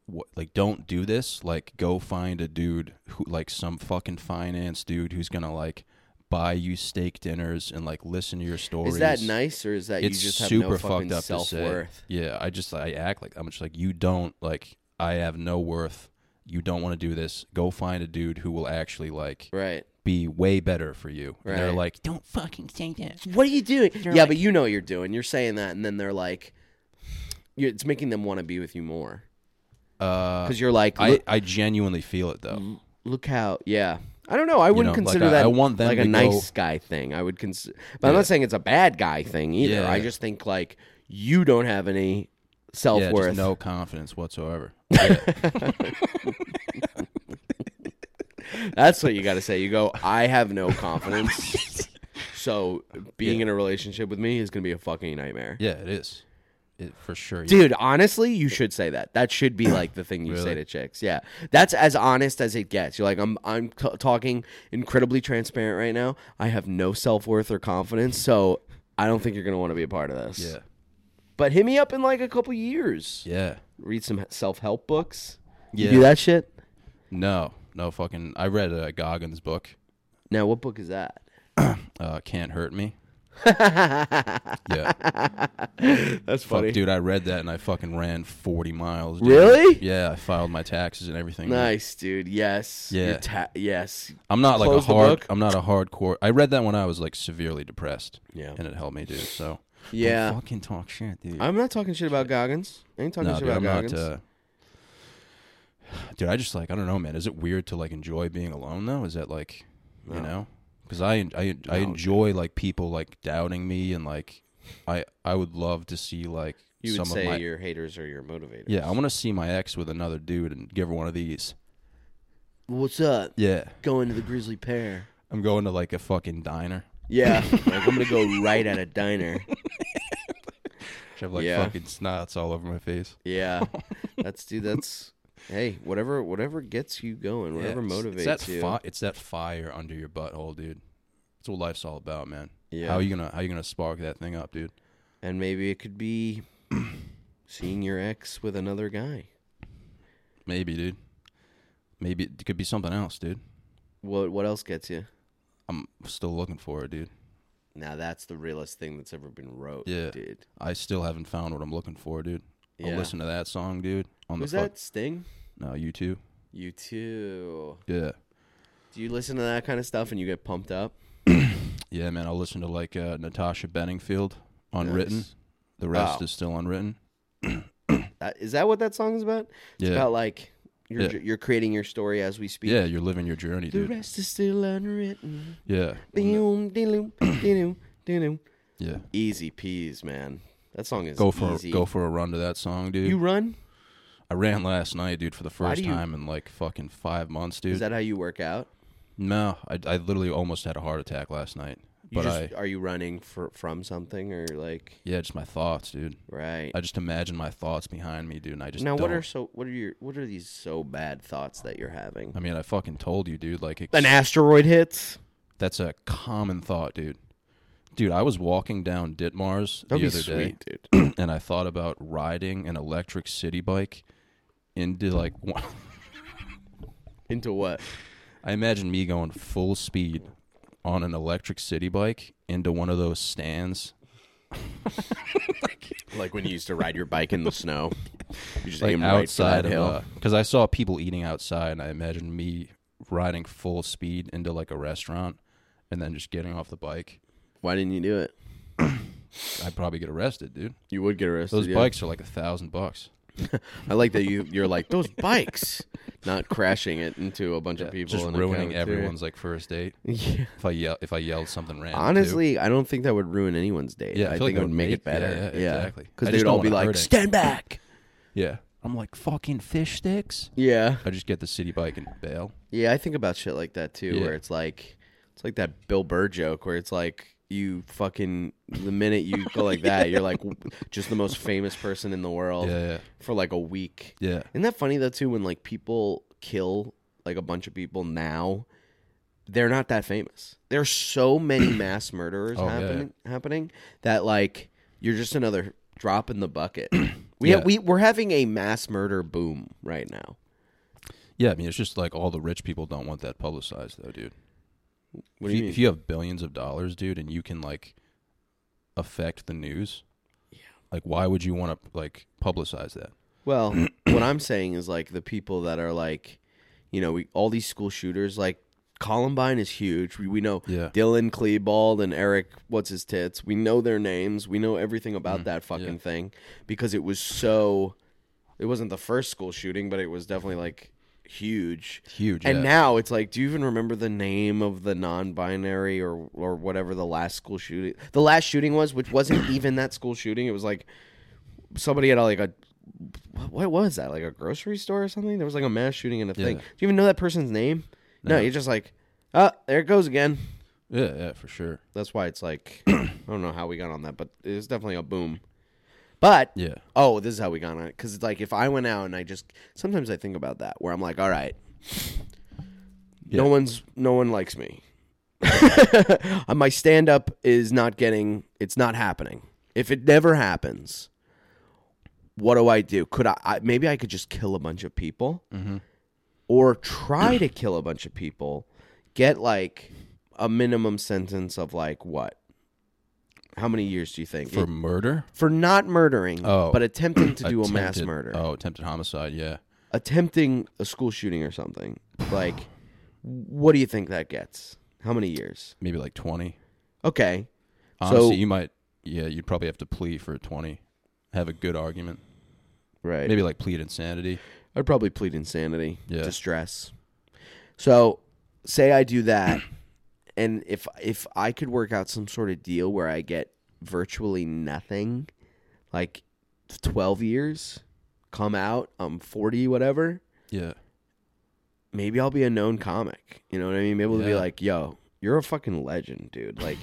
what, like don't do this. Like, go find a dude who, like, some fucking finance dude who's gonna like buy you steak dinners and like listen to your stories. is that nice or is that It's you just have super no fucked fucking up self to say. worth? Yeah, I just I act like I'm just like you don't like I have no worth. You don't want to do this. Go find a dude who will actually like Right. be way better for you. And they're Right. like, don't fucking say that. What are you doing? yeah, but you know what you're doing. You're saying that, and then they're like, you it's making them want to be with you more Uh, because you're like, I look, I genuinely feel it though. Mm-hmm. look how, yeah. I don't know. I wouldn't know, like, consider I- that I want them like a to go- nice guy thing. I would consider, but I'm Yeah. not saying it's a bad guy thing either. Yeah, I yeah. just think like you don't have any self yeah, just worth. no confidence whatsoever. That's what you got to say. You go, I have no confidence. so being in a relationship with me is gonna be a fucking nightmare. Yeah, it is. It for sure. yeah. Dude, honestly, you should say that. That should be like the thing you say Really? to chicks. Yeah, that's as honest as it gets. You're like, I'm, I'm t- talking incredibly transparent right now. I have no self worth or confidence, so I don't think you're gonna want to be a part of this. Yeah. But hit me up in like a couple years. Yeah. Read some self help books. You Yeah. do that shit. No. No fucking I read a Goggins book, Now, what book is that? uh, Can't Hurt Me. yeah. That's Fuck dude, I read that and I fucking ran forty miles. dude. Really? Yeah, I filed my taxes and everything. dude. Nice, dude. Yes. Yeah. Your ta- yes. I'm not like a Close the hard book? I'm not a hardcore I read that when I was like severely depressed. Yeah. And it helped me, dude. So Yeah. Don't fucking talk shit, dude. I'm not talking shit about Goggins. I ain't talking No, shit dude, about I'm Goggins. not. Uh, dude, I just like I don't know, man. Is it weird to like enjoy being alone though? Is that like you know? Because I I I enjoy like people like doubting me and like I I would love to see like you some would say of my your haters are your motivators. yeah. I want to see my ex with another dude and give her one of these. What's up? Yeah, Going to the Grizzly Pear. I'm going to like a fucking diner. Yeah. like, I'm gonna go right at a diner. I have like Yeah. fucking snots all over my face. Yeah. That's dude. That's hey. Whatever. Whatever gets you going. Yeah, Whatever it's- motivates it's that you. Fi- it's that fire under your butthole, dude. That's what life's all about, man. Yeah. How you gonna how you gonna spark that thing up, dude? and maybe it could be seeing your ex with another guy. Maybe, dude. Maybe it could be something else, dude. What What else gets you? I'm still looking for it, dude. Now that's the realest thing that's ever been wrote. Yeah. Dude. I still haven't found what I'm looking for, dude. Yeah. I'll listen to that song, dude. On Was the fuck. that Sting? No, you too. You too. Yeah. Do you listen to that kind of stuff and you get pumped up? Yeah, man. I'll listen to like uh, Natasha Benningfield, Unwritten. The rest Wow. is still unwritten. That, is that what that song is about? It's Yeah. about like you're Yeah. ju- you're creating your story as we speak. Yeah, you're living your journey, The dude. rest is still unwritten. Yeah. Boom, de-loom, de-loom, de-loom. Yeah. Easy peas, man. That song is Go for easy. go for a run to that song, dude. You run? I ran last night, dude, for the first do you- time in like fucking five months, dude. Is that how you work out? no, I, I literally almost had a heart attack last night. You But just, I, are you running for, from something or like yeah, just my thoughts, dude. right? I just imagine my thoughts behind me, dude. And I just now, don't. what are so what are your what are these so bad thoughts that you're having? I mean, I fucking told you, dude. Like, it's, An asteroid hits. that's a common thought, dude. Dude, I was walking down Ditmars the That'd be other day, sweet, dude. and I thought about riding an electric city bike into like one. Into what? I imagine me going full speed on an electric city bike into one of those stands. Like when you used to ride your bike in the snow. You just like aim right for outside that hill. of because I saw people eating outside, and I imagined me riding full speed into like a restaurant, and then just getting off the bike. Why didn't you do it? I'd probably get arrested, dude. You would get arrested. Those yeah. bikes are like a thousand bucks. I like that you you're like those bikes, not crashing it into a bunch of people, just in a ruining cafeteria. everyone's like first date. Yeah. If I yell, if I yelled something random, too. Honestly, I don't think that would ruin anyone's date. Yeah, I feel I, think like it that would would make it make- better. yeah, yeah, exactly. I Because just they'd don't all be wanna like, hurt "Stand back." yeah, I'm like fucking fish sticks. Yeah, I just get the city bike and bail. yeah. I think about shit like that too, Yeah. where it's like, it's like that Bill Burr joke, where it's like. You fucking the minute you go like that, you're like w- just the most famous person in the world Yeah, for like a week. yeah, yeah. Isn't that funny though too? When like people kill like a bunch of people now, they're not that famous. There's so many mass murderers Oh, yeah. happening happening that like you're just another drop in the bucket. we Yeah. ha- we we're having a mass murder boom right now. Yeah, I mean, it's just like all the rich people don't want that publicized, though, dude. What if, you, if you have billions of dollars, dude, and you can like affect the news, yeah. Like, why would you want to like publicize that? Well, what I'm saying is like the people that are like, you know, we all these school shooters like Columbine is huge. We, we know Yeah. Dylan Klebold and Eric what's his tits. We know their names. We know everything about that fucking thing because it was so it wasn't the first school shooting, but it was definitely like huge. Huge, And yeah. now it's like, do you even remember the name of the non-binary or or whatever the last school shooting the last shooting was, which wasn't even that school shooting. It was like somebody had like a what, what was that like a grocery store or something? There was like a mass shooting in a thing. Do Yeah. you even know that person's name? No, you're just like, oh, there it goes again. Yeah, yeah, for sure. That's why it's like I don't know how we got on that, but it's definitely a boom. But Yeah, oh, this is how we got on it because it's like if I went out and I just sometimes I think about that where I'm like, all right, no Yeah. one's no one likes me. Uh, My stand up is not getting it's not happening. If it never happens, what do I do? Could I, I maybe I could just kill a bunch of people Mm-hmm. or try to kill a bunch of people, get like a minimum sentence of like what? How many years do you think? for murder, for not murdering, Oh. but attempting to do a mass Attempted- murder, Oh, attempted homicide. Yeah, attempting a school shooting or something. Like, what do you think that gets? How many years? maybe like twenty. Okay, Honestly, So- you might. Yeah, you'd probably have to plea for twenty. Have a good argument. right. Maybe like plead insanity. I'd probably plead insanity, Yeah. distress. So, say I do that, and if if I could work out some sort of deal where I get virtually nothing, like twelve years, come out, I'm forty, whatever. Yeah, maybe I'll be a known comic. You know what I mean? Maybe they'll be Yeah. like, yo, you're a fucking legend, dude. Like,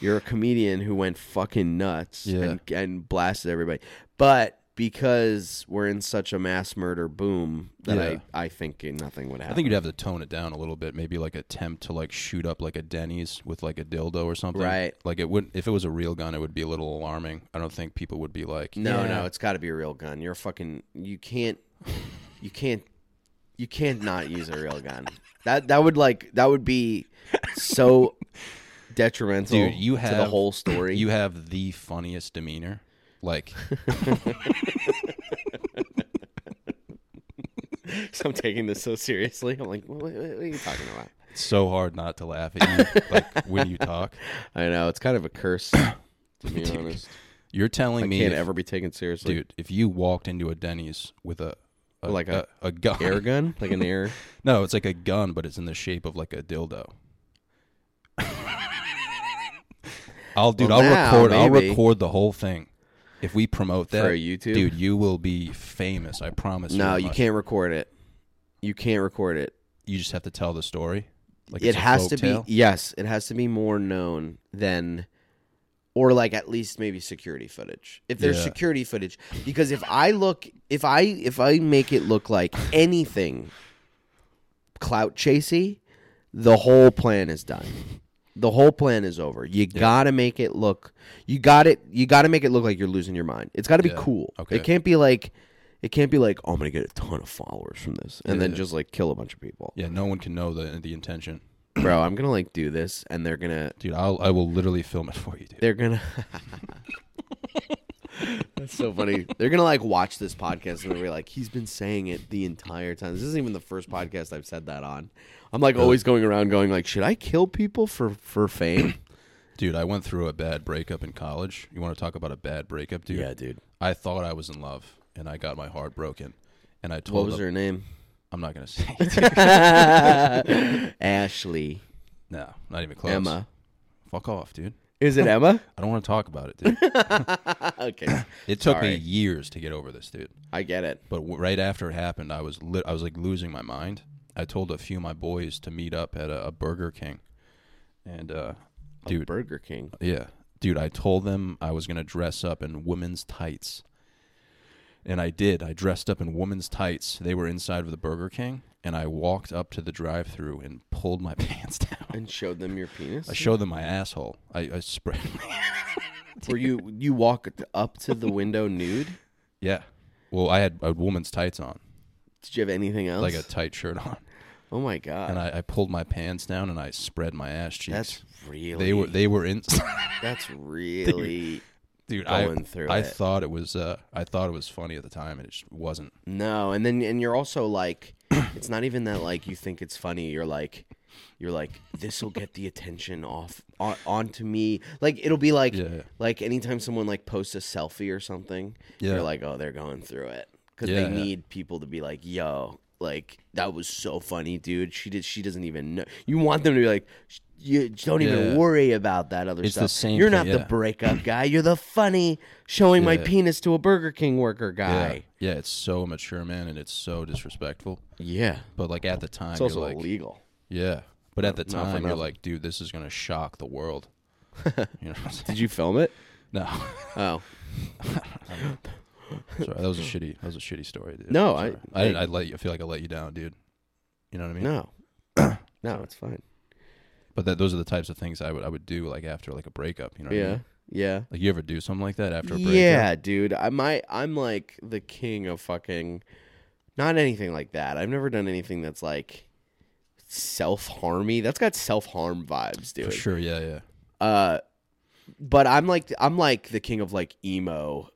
you're a comedian who went fucking nuts Yeah. and, and blasted everybody. But because we're in such a mass murder boom that Yeah. I, I think nothing would happen. I think you'd have to tone it down a little bit. Maybe like attempt to like shoot up like a Denny's with like a dildo or something. Right. Like it would if it was a real gun, it would be a little alarming. I don't think people would be like, no, "Yeah." no, it's got to be a real gun. You're a fucking. You can't. You can't. You can't not use a real gun. That that would like that would be so detrimental dude, you have to the whole story. You have the funniest demeanor. Like, So I'm taking this so seriously. I'm like, what, what, what are you talking about? it's so hard not to laugh at you. like when you talk, I know it's kind of a curse, to be honest. you're telling I me, can't if- ever be taken seriously. dude, if you walked into a Denny's with a, a Like a a, gun, air gun, like an air. no, it's like a gun, but it's in the shape of like a dildo. I'll dude, Well, I'll now, record. I'll maybe. record the whole thing. If we promote that For YouTube? dude, you will be famous. I promise. No, that you much. can't record it. You can't record it. You just have to tell the story. Like it it's a has folk to tale? be e- yes it has to be more known than or like at least maybe security footage if there's Yeah. security footage because if i look if i if i make it look like anything clout chasey the whole plan is done the whole plan is over you gotta make it look you got it you gotta make it look like you're losing your mind it's gotta be Yeah. cool Okay. it can't be like it can't be like oh, i'm gonna get a ton of followers from this and then Yeah. just like kill a bunch of people Yeah, no one can know the the intention, bro i'm gonna like do this and they're gonna dude. I'll I will literally film it for you, dude. they're gonna that's so funny they're gonna like watch this podcast and they're like he's been saying it the entire time this isn't even the first podcast i've said that on i'm like always going around going like should i kill people for for fame Dude, I went through a bad breakup in college. You want to talk about a bad breakup, dude? dude I thought I was in love, and I got my heart broken. And I what told was them, her name I'm not gonna say. it. ashley no, not even close. emma fuck off, dude. is it emma I don't want to talk about it, dude. okay It took Sorry. me years to get over this, dude. i get it But w- right after it happened, I was lit. I was like losing my mind. I told a few of my boys to meet up at a, a Burger King, and uh, dude, burger king Yeah. Dude, I told them I was going to dress up in women's tights. And I did. I dressed up in women's tights. They were inside of the Burger King. And I walked up to the drive through and pulled my pants down. and showed them your penis I showed them my asshole. I, I spread. were you you walked up to the window nude yeah. Well, I had a woman's tights on, did you have anything else like a tight shirt on. oh my god And I, I pulled my pants down and I spread my ass cheeks. That's really they were they were in that's really dude I, Going through I it. thought it was uh I thought it was funny at the time and it just wasn't no. And then and you're also like, it's not even that like you think it's funny. You're like, you're like this will get the attention off on, onto me. Like it'll be like Yeah. like anytime someone like posts a selfie or something, Yeah. you're like, oh, they're going through it because Yeah, they yeah. need people to be like, yo. Like that was so funny, dude. She did. She doesn't even know. You want them to be like, "Sh- you don't even Yeah. worry about that other It's stuff. the same You're thing, not the yeah. breakup guy. You're the funny showing my Yeah. penis to a Burger King worker guy. Yeah. yeah, it's so immature, man, and it's so disrespectful. Yeah. But like at the time, It's you're also like, illegal. yeah. But at the not for time, you're nothing. like, dude, this is gonna shock the world. you know what I'm saying? Did you film it? No, Oh. sorry, that was a shitty. That was a shitty story, dude. No, Sorry. I- I, didn't- I, let you. I feel like I let you down, dude. You know what I mean? No. no, it's fine. But that those are the types of things I would I would do like after like a breakup. You know? What I Yeah. mean? Yeah. Like you ever do something like that after a breakup? Yeah, dude. I my I'm like the king of fucking not anything like that. I've never done anything that's like self harmy. That's got self harm vibes, dude. For sure. Yeah, yeah. Uh but I'm like I'm like the king of like emo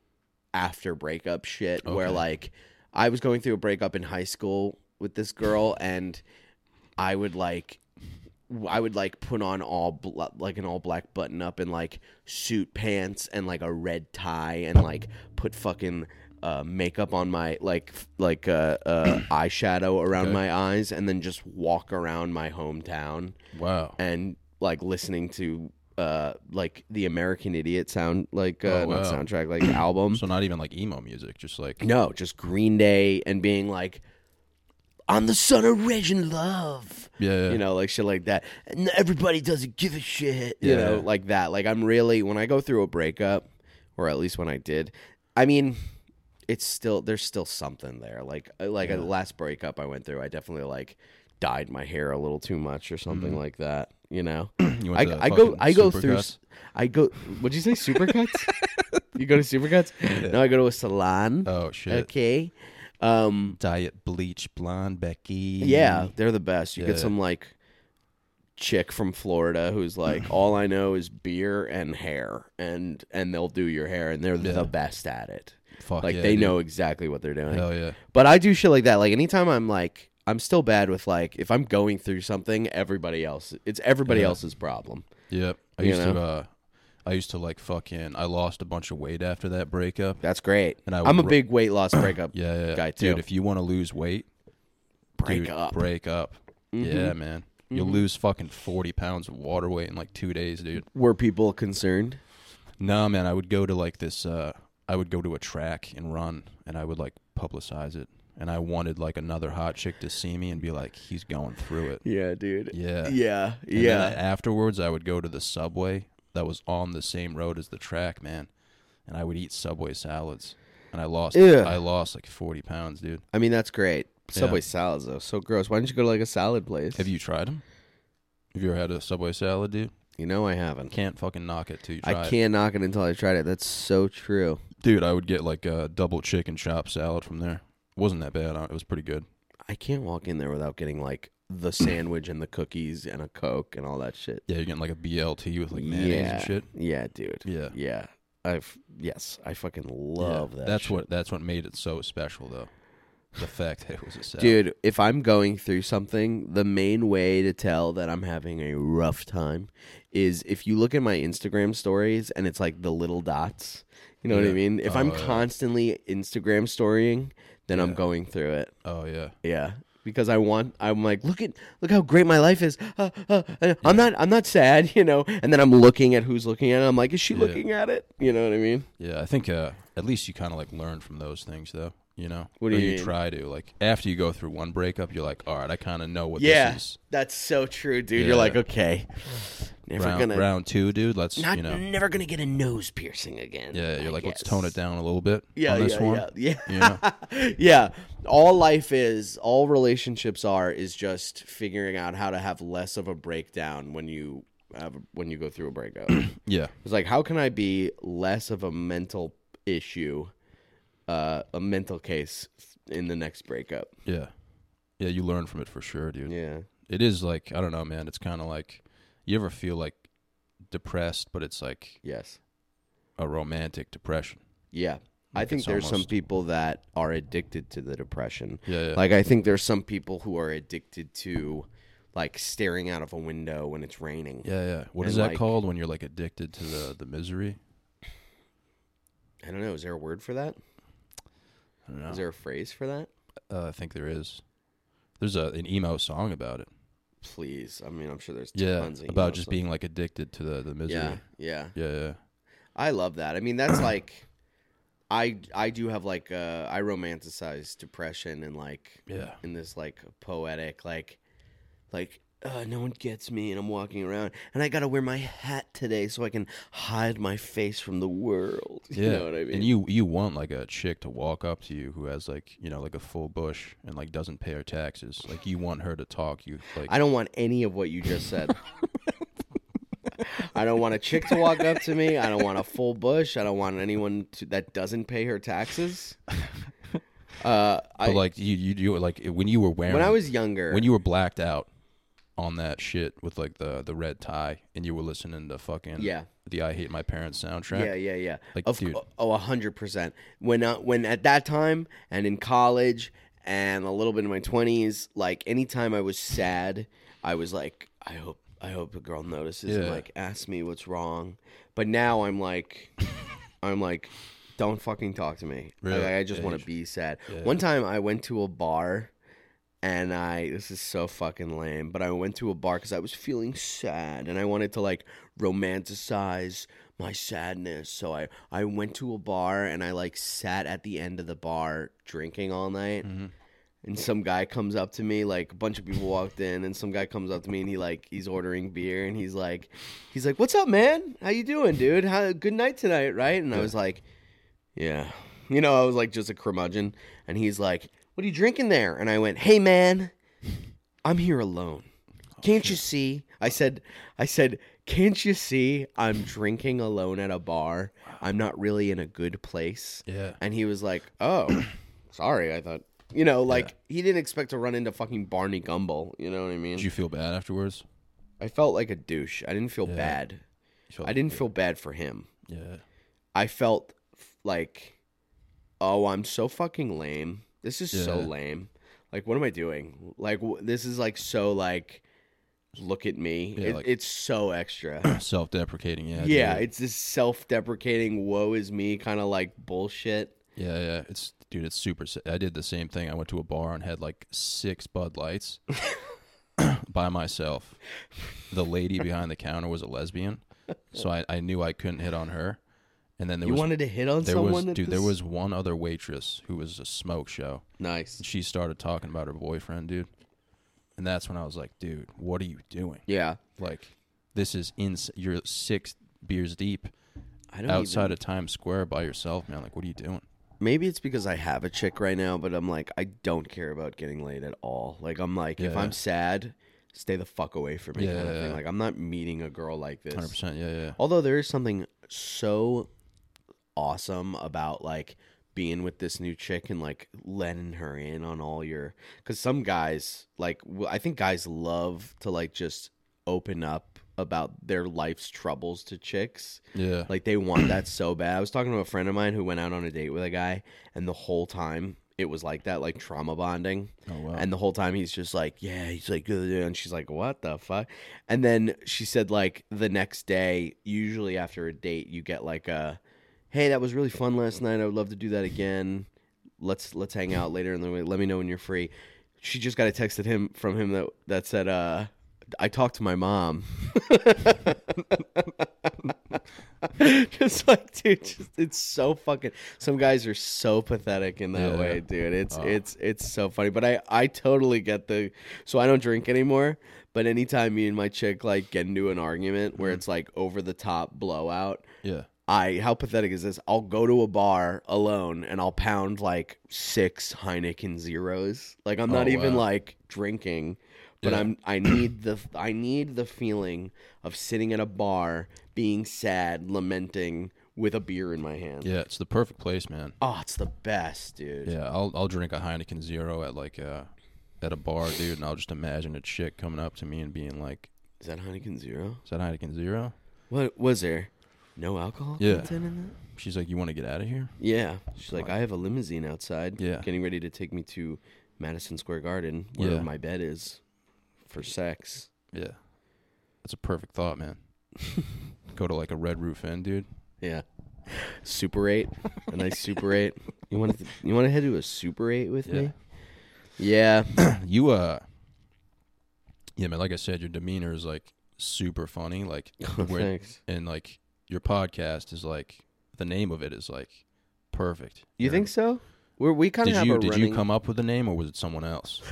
after breakup shit where Okay. like I was going through a breakup in high school with this girl and I would like I would like put on all bla- like an all black button up and like suit pants and like a red tie and like put fucking uh, makeup on my like f- like uh, uh, eyeshadow around Okay. my eyes and then just walk around my hometown Wow. and like listening to uh like the American Idiot sound like uh, Oh, not wow. soundtrack like album. So not even like emo music, just like No, just Green Day and being like, "I'm the son of rage and love." yeah, yeah. You know, like shit like that. And everybody doesn't give a shit. You Yeah. know, like that. Like I'm really when I go through a breakup, or at least when I did. I mean, it's still there's still something there. Like uh, like a last breakup I went through, I definitely like dyed my hair a little too much or something Mm-hmm. like that. You know, You went I, to I go fucking I go through Supercuts? s- I go. What'd you say? Supercuts? you go to supercuts? No, I go to a salon. Oh shit. Okay. Um Diet bleach blonde Becky. yeah, they're the best. You get Mm-hmm. Yeah. some like chick from Florida who's like all I know is beer and hair and and they'll do your hair and they're Yeah. the best at it. Fuck Like yeah, they dude. know exactly what they're doing. Hell Oh, yeah. But I do shit like that. Like anytime I'm like I'm still bad with like if I'm going through something, everybody else it's everybody Yeah. else's problem. Yep. I You used to know? uh I used to like fucking I lost a bunch of weight after that breakup. That's great. And I I'm a would- big weight loss breakup Yeah, yeah. yeah. guy too. Dude, if you want to lose weight, break dude, up. Mm-hmm. break up. Yeah, man. You'll lose fucking forty pounds of water weight in like two days, dude. Were people concerned? No, man, I would go to like this uh I would go to a track and run, and I would like publicize it. And I wanted like another hot chick to see me and be like, "He's going through it." Yeah, dude. Yeah. Yeah. And then I- Yeah. afterwards, I would go to the subway that was on the same road as the track, man, and I would eat Subway salads. And I lost, Ugh. I lost like forty pounds, dude. I mean, that's great. Yeah. Subway salads though, so gross. Why don't you go to like a salad place? Have you tried them? Have you ever had a Subway salad, dude? You know, I haven't. Can't fucking knock it till you try I it. can't knock it until I tried it. That's so true. Dude, I would get like a double chicken chop salad from there. Wasn't that bad. uh, It was pretty good. I can't walk in there without getting like the sandwich and the cookies and a coke and all that shit. Yeah, you're getting like a BLT with like mayonnaise yeah. and shit. Yeah, dude. Yeah. Yeah. I've yes, I fucking Yeah. love that. That's shit. what that's what made it so special though. The fact that it was a salad. Dude, if I'm going through something, the main way to tell that I'm having a rough time is if you look at my Instagram stories and it's like the little dots. You know what I Yeah. mean? If I'm Oh, yeah. constantly Instagram storying, then I'm Yeah. going through it. Oh yeah. Yeah. Because I want, I'm like, look at, look how great my life is. Uh, uh, uh, I'm not, I'm not sad, you know. And then I'm looking at who's looking at it. I'm like, is she Yeah. looking at it? You know what I mean? Yeah, I think uh at least you kinda like learn from those things though. You know? What do Or you mean? try to. Like after you go through one breakup, you're like, all right, I kinda know what yeah, this is. that's so true, dude. Yeah. You're like, okay, never Round, gonna, round two, dude. Let's not, you know never gonna get a nose piercing again. Yeah, you're I like, let's guess. tone it down a little bit Yeah, on this yeah, one. yeah, yeah, You know? yeah. All life is, all relationships are, is just figuring out how to have less of a breakdown when you have when you go through a breakup. yeah. It's like, how can I be less of a mental issue, uh, a mental case in the next breakup? Yeah. Yeah, you learn from it for sure, dude. Yeah. it is like I don't know, man. It's kind of like you ever feel like depressed, but it's like Yes. a romantic depression. Yeah. I Like, think it's there's some almost- people that are addicted to the depression. Yeah, yeah. Like I think there's some people who are addicted to like staring out of a window when it's raining. yeah, yeah. What is And, that like- called when you're like addicted to the the misery? I don't know, is there a word for that? Is I don't know. there a phrase for that? uh, I think there is. There's a an emo song about it. Please. I mean, I'm sure there's Yeah, tons of emails about just on- being like addicted to the the misery. Yeah. Yeah, Yeah. yeah, yeah. I love that. I mean, that's like, I I do have like uh, I romanticize depression and like Yeah. in this like poetic like like uh, no one gets me and I'm walking around and I gotta wear my hat today so I can hide my face from the world. You know what I mean? And you you want like a chick to walk up to you who has like you know like a full bush and like doesn't pay her taxes. Like you want her to talk. You like I don't want any of what you just said. I don't want a chick to walk up to me. I don't want a full bush. I don't want anyone to, that doesn't pay her taxes. Uh, I, but like you you do it like when you were wearing when I was younger, when you were blacked out on that shit with like the the red tie and you were listening to fucking Yeah. the I Hate My Parents soundtrack. Yeah, yeah, yeah. Like, of dude. cou- oh, a hundred percent. When uh, when at that time and in college and a little bit in my twenties, like anytime I was sad, I was like, I hope I hope a girl notices and Yeah. like asks me what's wrong. But now I'm like, I'm like, don't fucking talk to me. Really? Like, I just Yeah, want you to be sad. yeah. One time I went to a bar. And I, this is so fucking lame, but I went to a bar because I was feeling sad and I wanted to like romanticize my sadness. So I, I went to a bar and I like sat at the end of the bar drinking all night. Mm-hmm. And some guy comes up to me, like a bunch of people walked in, and some guy comes up to me and he like he's ordering beer and he's like, he's like, "What's up, man? How you doing, dude? How good night tonight, right?" And I was like, yeah. You know, I was like just a curmudgeon. And he's like, What are you drinking there? And I went, Hey, man, I'm here alone. Can't you see? I said, I said, Can't you see? I'm drinking alone at a bar. I'm not really in a good place. Yeah. And he was like, Oh, sorry. I thought, you know, like he didn't expect to run into fucking Barney Gumble. You know what I mean? Did you feel bad afterwards? I felt like a douche. I didn't feel bad. You felt- I didn't feel bad for him. Yeah. I felt f- like, oh, I'm so fucking lame. This is so Yeah. lame. Like, what am I doing? Like, w- this is like so like, look at me. Yeah, It- like- it's so extra. Self deprecating, yeah. yeah, dude. it's this self-deprecating "woe is me" kind of like bullshit. yeah, yeah. It's dude, it's super si- I did the same thing. I went to a bar and had like six Bud Lights by myself. The lady behind the counter was a lesbian. So I, I knew I couldn't hit on her. And then there You was wanted to hit on there someone? was at dude, there this- was one other waitress who was a smoke show. nice. She started talking about her boyfriend, dude. And that's when I was like, dude, what are you doing? Yeah, Like this is in you're 6 beers deep I don't outside Even, of Times Square by yourself, man. Like what are you doing? maybe it's because I have a chick right now, but I'm like, I don't care about getting laid at all. Like, I'm like, if Yeah. I'm sad, stay the fuck away from me. kind of Yeah. thing. Like, I'm not meeting a girl like this. 100%. Yeah, yeah. Although there is something so awesome about like being with this new chick and like letting her in on all your cuz some guys like w- I think guys love to like just open up about their life's troubles to chicks. Yeah. Like they want that so bad. I was talking to a friend of mine who went out on a date with a guy and the whole time it was like that like trauma bonding. oh wow. And the whole time he's just like, yeah, he's like, "Ugh," and she's like, what the fuck? And then she said, like, the next day, usually after a date, you get like a, hey, that was really fun last night. I would love to do that again. Let's let's hang out later in the week. Let me know when you're free. She just got a text at him from him that that said, uh, I talked to my mom. just like, dude, just, it's so fucking. Some guys are so pathetic in that Yeah. way, dude. It's it's it's so funny. But I I totally get the. So I don't drink anymore. But anytime me and my chick like get into an argument where it's like over the top blowout, yeah. I how pathetic is this? I'll go to a bar alone and I'll pound like six Heineken zeros. Like I'm not Oh, even wow. like drinking, but Yeah. I'm I need the I need the feeling of sitting at a bar, being sad, lamenting with a beer in my hand. Yeah, it's the perfect place, man. Oh, it's the best, dude. Yeah, I'll I'll drink a Heineken Zero at like a at a bar, dude, and I'll just imagine a chick coming up to me and being like, Is that Heineken Zero? "Is that Heineken Zero?" What was there? No alcohol Yeah. content in that? She's like, "You want to get out of here?" Yeah. She's like, I have a limousine outside. Yeah. Getting ready to take me to Madison Square Garden where Yeah. my bed is for sex. Yeah, that's a perfect thought, man. Go to like a Red Roof Inn, dude. Yeah. Super eight. A nice super eight. You want to you want to head to a super eight with me? Yeah. You uh, yeah, man. Like I said, your demeanor is like super funny, like where, Oh, Thanks. and like your podcast is like the name of it is like perfect. You You're- think so? We're, we kind of Did have you a did running. you come up with the name or was it someone else?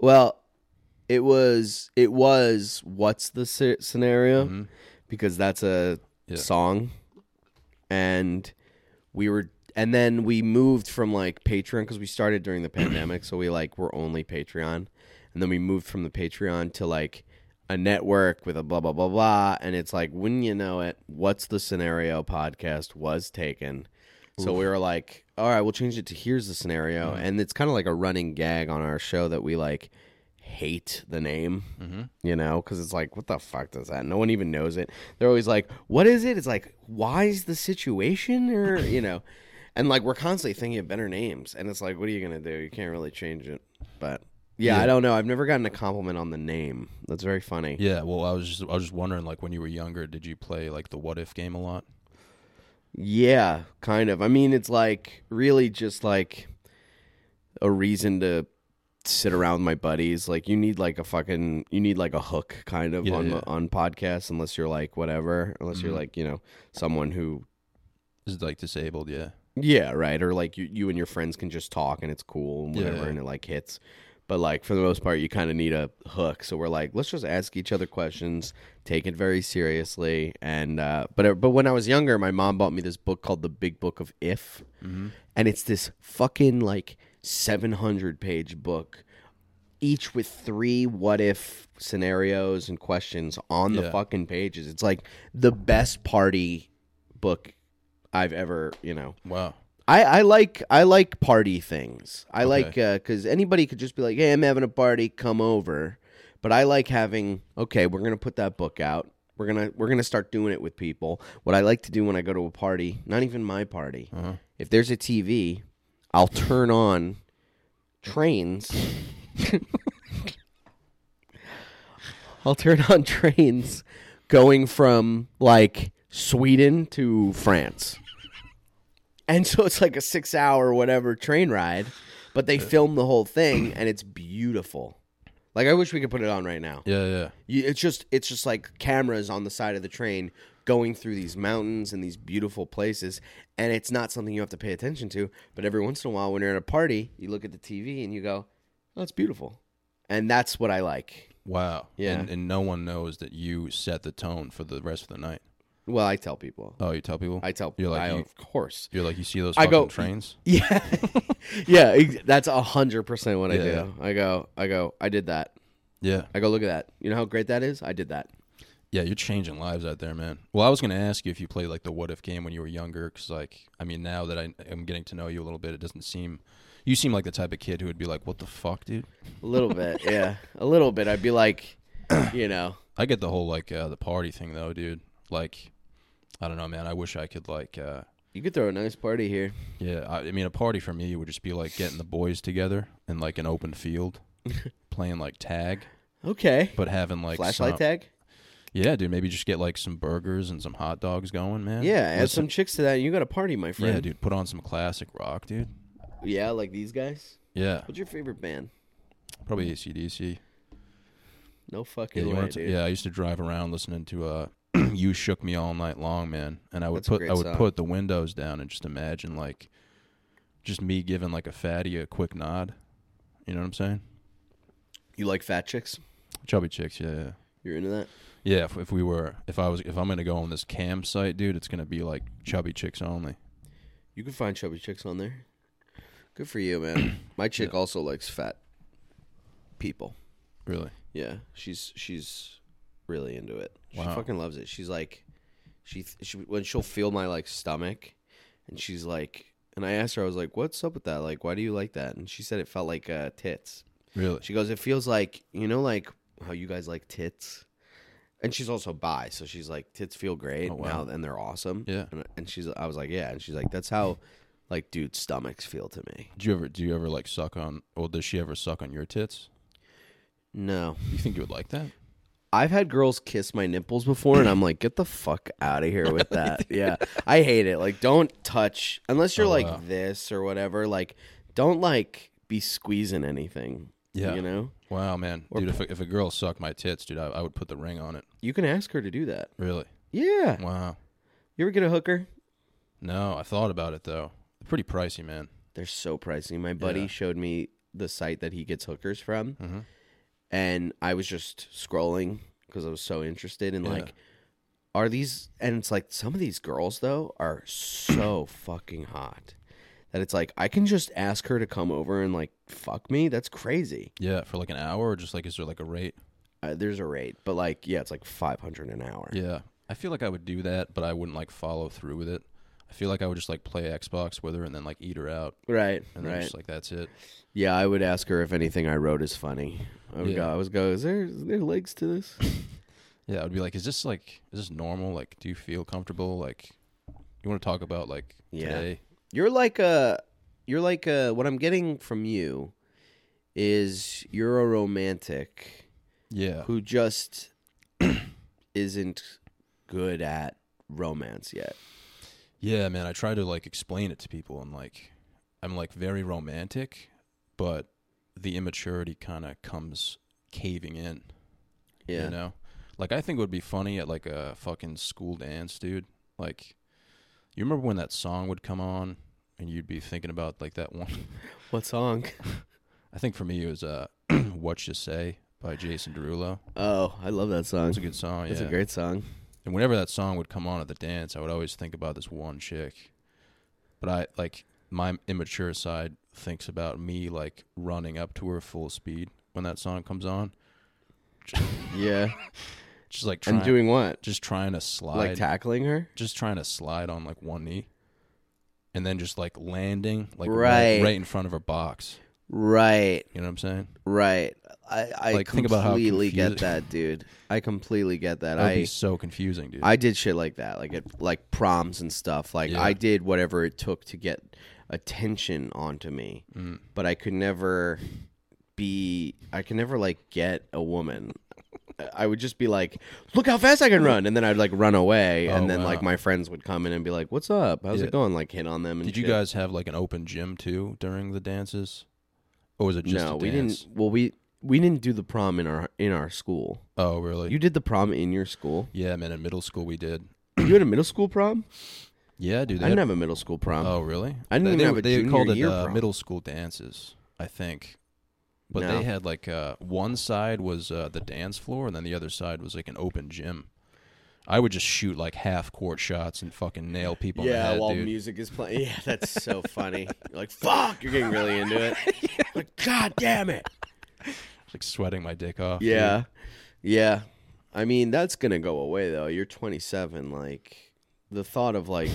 well, it was it was what's the sce- scenario? Mhm. because that's a Yeah. song and we were and then we moved from like patreon because we started during the pandemic so we like were only patreon and then we moved from the patreon to like a network with a blah blah blah blah and it's like wouldn't you know it what's the scenario podcast was taken so we were like all right we'll change it to here's the scenario and it's kind of like a running gag on our show that we like hate the name you know, because it's like, what the fuck does that? No one even knows it. They're always like, what is it? It's like, why's the situation? Or, you know, and like we're constantly thinking of better names. And it's like, what are you going to do? You can't really change it. But yeah, I don't know. I've never gotten a compliment on the name. That's very funny. Yeah, well, I was just I was just wondering, like when you were younger, did you play like the what if game a lot? Yeah, kind of. I mean, it's like really just like a reason to sit around with my buddies. Like you need like a fucking you need like a hook kind of Yeah, on yeah. Mm-hmm. on podcasts unless you're like whatever, unless you're like, you know, someone who Is it like disabled? Yeah, yeah, right, or like you you and your friends can just talk and it's cool and Yeah, whatever yeah. and it like hits. But like for the most part you kind of need a hook. So we're like, let's just ask each other questions, take it very seriously and uh but but when I was younger, my mom bought me this book called The Big Book of If Mm-hmm. and it's this fucking like 700 page book each with three what if scenarios and questions on the Yeah. fucking pages it's like the best party book i've ever you know wow, I, I like I like party things. I Okay. like because anybody could just be like, "Hey, I'm having a party, come over." But I like having okay, we're gonna put that book out. We're gonna we're gonna start doing it with people. What I like to do when I go to a party, not even my party, if there's a TV, I'll turn on trains. I'll turn on trains going from like Sweden to France. And so it's like a six hour whatever train ride, but they film the whole thing and it's beautiful. Like I wish we could put it on right now. yeah, yeah, You, it's just it's just like cameras on the side of the train going through these mountains and these beautiful places and it's not something you have to pay attention to but every once in a while when you're at a party you look at the tv and you go oh, that's beautiful and that's what i like Wow. Yeah. And, and no one knows that you set the tone for the rest of the night. well i tell people Oh, you tell people? i tell You're people like, you, of course you're like, you see those I fucking go- trains? yeah yeah ex- that's a hundred percent what i Yeah, do i go i go i did that Yeah. i go look at that you know how great that is i did that Yeah, you're changing lives out there, man. Well, I was going to ask you if you played like the what if game when you were younger, because like, I mean, now that I am getting to know you a little bit, it doesn't seem, you seem like the type of kid who would be like, what the fuck, dude? a little bit yeah a little bit i'd be like you know I get the whole like uh, the party thing though, dude. Like, I don't know, man. I wish I could like, uh, you could throw a nice party here yeah. I, I mean, a party for me would just be like getting the boys together in like an open field, playing like tag, okay but having like some- flashlight tag Yeah, dude. Maybe just get like some burgers and some hot dogs going, man. Yeah, add Listen- some chicks to that. and You got a party, my friend. Yeah, dude. Put on some classic rock, dude. Yeah, like these guys. Yeah, What's your favorite band? probably ACDC. No Yeah, fucking you way, wanna t- dude. yeah, I used to drive around listening to uh, "You Shook Me All Night Long," man, and I would That's a put great I would song. put the windows down and just imagine like, just me giving like a fatty a quick nod. You know what I'm saying? You like fat chicks? Chubby chicks, yeah, yeah. You're into that? Yeah, if, if we were, if I was, if I'm gonna go on this cam site, dude, it's gonna be like chubby chicks only. You can find chubby chicks on there. Good for you, man. my chick also likes fat people. Really? Yeah, she's she's really into it. She Wow. fucking loves it. She's like, she th- she when she'll feel my like stomach, and she's like, and I asked her, I was like, what's up with that? Like, why do you like that? And she said it felt like uh, tits. Really? She goes, it feels like you know, like how you guys like tits, and she's also bi, so she's like, tits feel great Oh, wow. now, and they're awesome. Yeah. and, and she's, I was like, yeah, and she's like, that's how, like, dude, stomachs feel to me. Do you ever, do you ever like suck on, or does she ever suck on your tits? No, You think you would like that? I've had girls kiss my nipples before, and I'm like, get the fuck out of here with that. yeah, I hate it. Like, don't touch unless you're Oh, like wow. this or whatever. Like, don't like be squeezing anything. Yeah. you know, Wow, man, dude, if a, if a girl sucked my tits, dude, I, I would put the ring on it. you can ask her to do that. Really? Yeah, Wow. you ever get a hooker? No, I thought about it though. Pretty pricey, man. They're so pricey. My buddy Yeah. Mm-hmm. showed me the site that he gets hookers from, and I was just scrolling because I was so interested in Yeah. like, are these? And it's like some of these girls though are so fucking hot that it's like I can just ask her to come over and like fuck me. That's crazy. Yeah, for like an hour, or just like is there like a rate? Uh, there's a rate, but like yeah, it's like five hundred an hour. Yeah, I feel like I would do that, but I wouldn't like follow through with it. I feel like I would just like play Xbox with her and then like eat her out, Right, and then right. just like that's it. Yeah, I would ask her if anything I wrote is funny. I would Yeah. go. I was go. Is there is there legs to this? Yeah, I'd be like, is this like is this normal? Like, do you feel comfortable? Like, you want to talk about like Yeah. today? You're like a you're like a what I'm getting from you is you're a romantic Yeah, who just isn't good at romance yet. yeah, man. I try to like explain it to people, and like I'm like very romantic, but the immaturity kind of comes caving in. Yeah. You know? Like I think it would be funny at like a fucking school dance, dude. Like you remember when that song would come on and you'd be thinking about like that one What song? I think for me it was uh What You Say by Jason Derulo. Oh, I love that song. It's a good song, That's yeah. a great song. and whenever that song would come on at the dance, I would always think about this one chick. But I like my immature side thinks about me like running up to her full speed when that song comes on. Yeah. Just like trying and doing what? just trying to slide Like tackling her? just trying to slide on like one knee and then just like landing like right, Right. right in front of her box. Right, You know what I'm saying? right. I I Like, think completely about how get confusing- that, dude. I completely get that. That would I be so confusing, dude. I did shit like that, like at like proms and stuff. Like Yeah. I did whatever it took to get attention onto me, Mm. but I could never be. I could never like get a woman. I would just be like, "Look how fast I can run," and then I'd like run away, Oh, and then like wow. my friends would come in and be like, "What's up? How's Yeah. it going?" Like hit on them. And Did you shit. guys have like an open gym too during the dances? Or was it just no, a we dance? didn't. Well, we we didn't do the prom in our in our school. Oh, really? You did the prom in your school. yeah, man, in middle school we did. you had a middle school prom? Yeah, dude. they I didn't had- have a middle school prom. oh, really? Um, I didn't They- even they, have a they junior called it year uh, prom. middle school dances, I think. But No. they had like uh, one side was uh, the dance floor, and then the other side was like an open gym. I would just shoot like half court shots and fucking nail people. in the head, dude. music is playing. Yeah, that's so funny. You're like, fuck, you're getting really into it. Like, god damn it. like sweating my dick off. dude. Yeah. Yeah. I mean, that's going to go away, though. You're 27. Like, the thought of, like,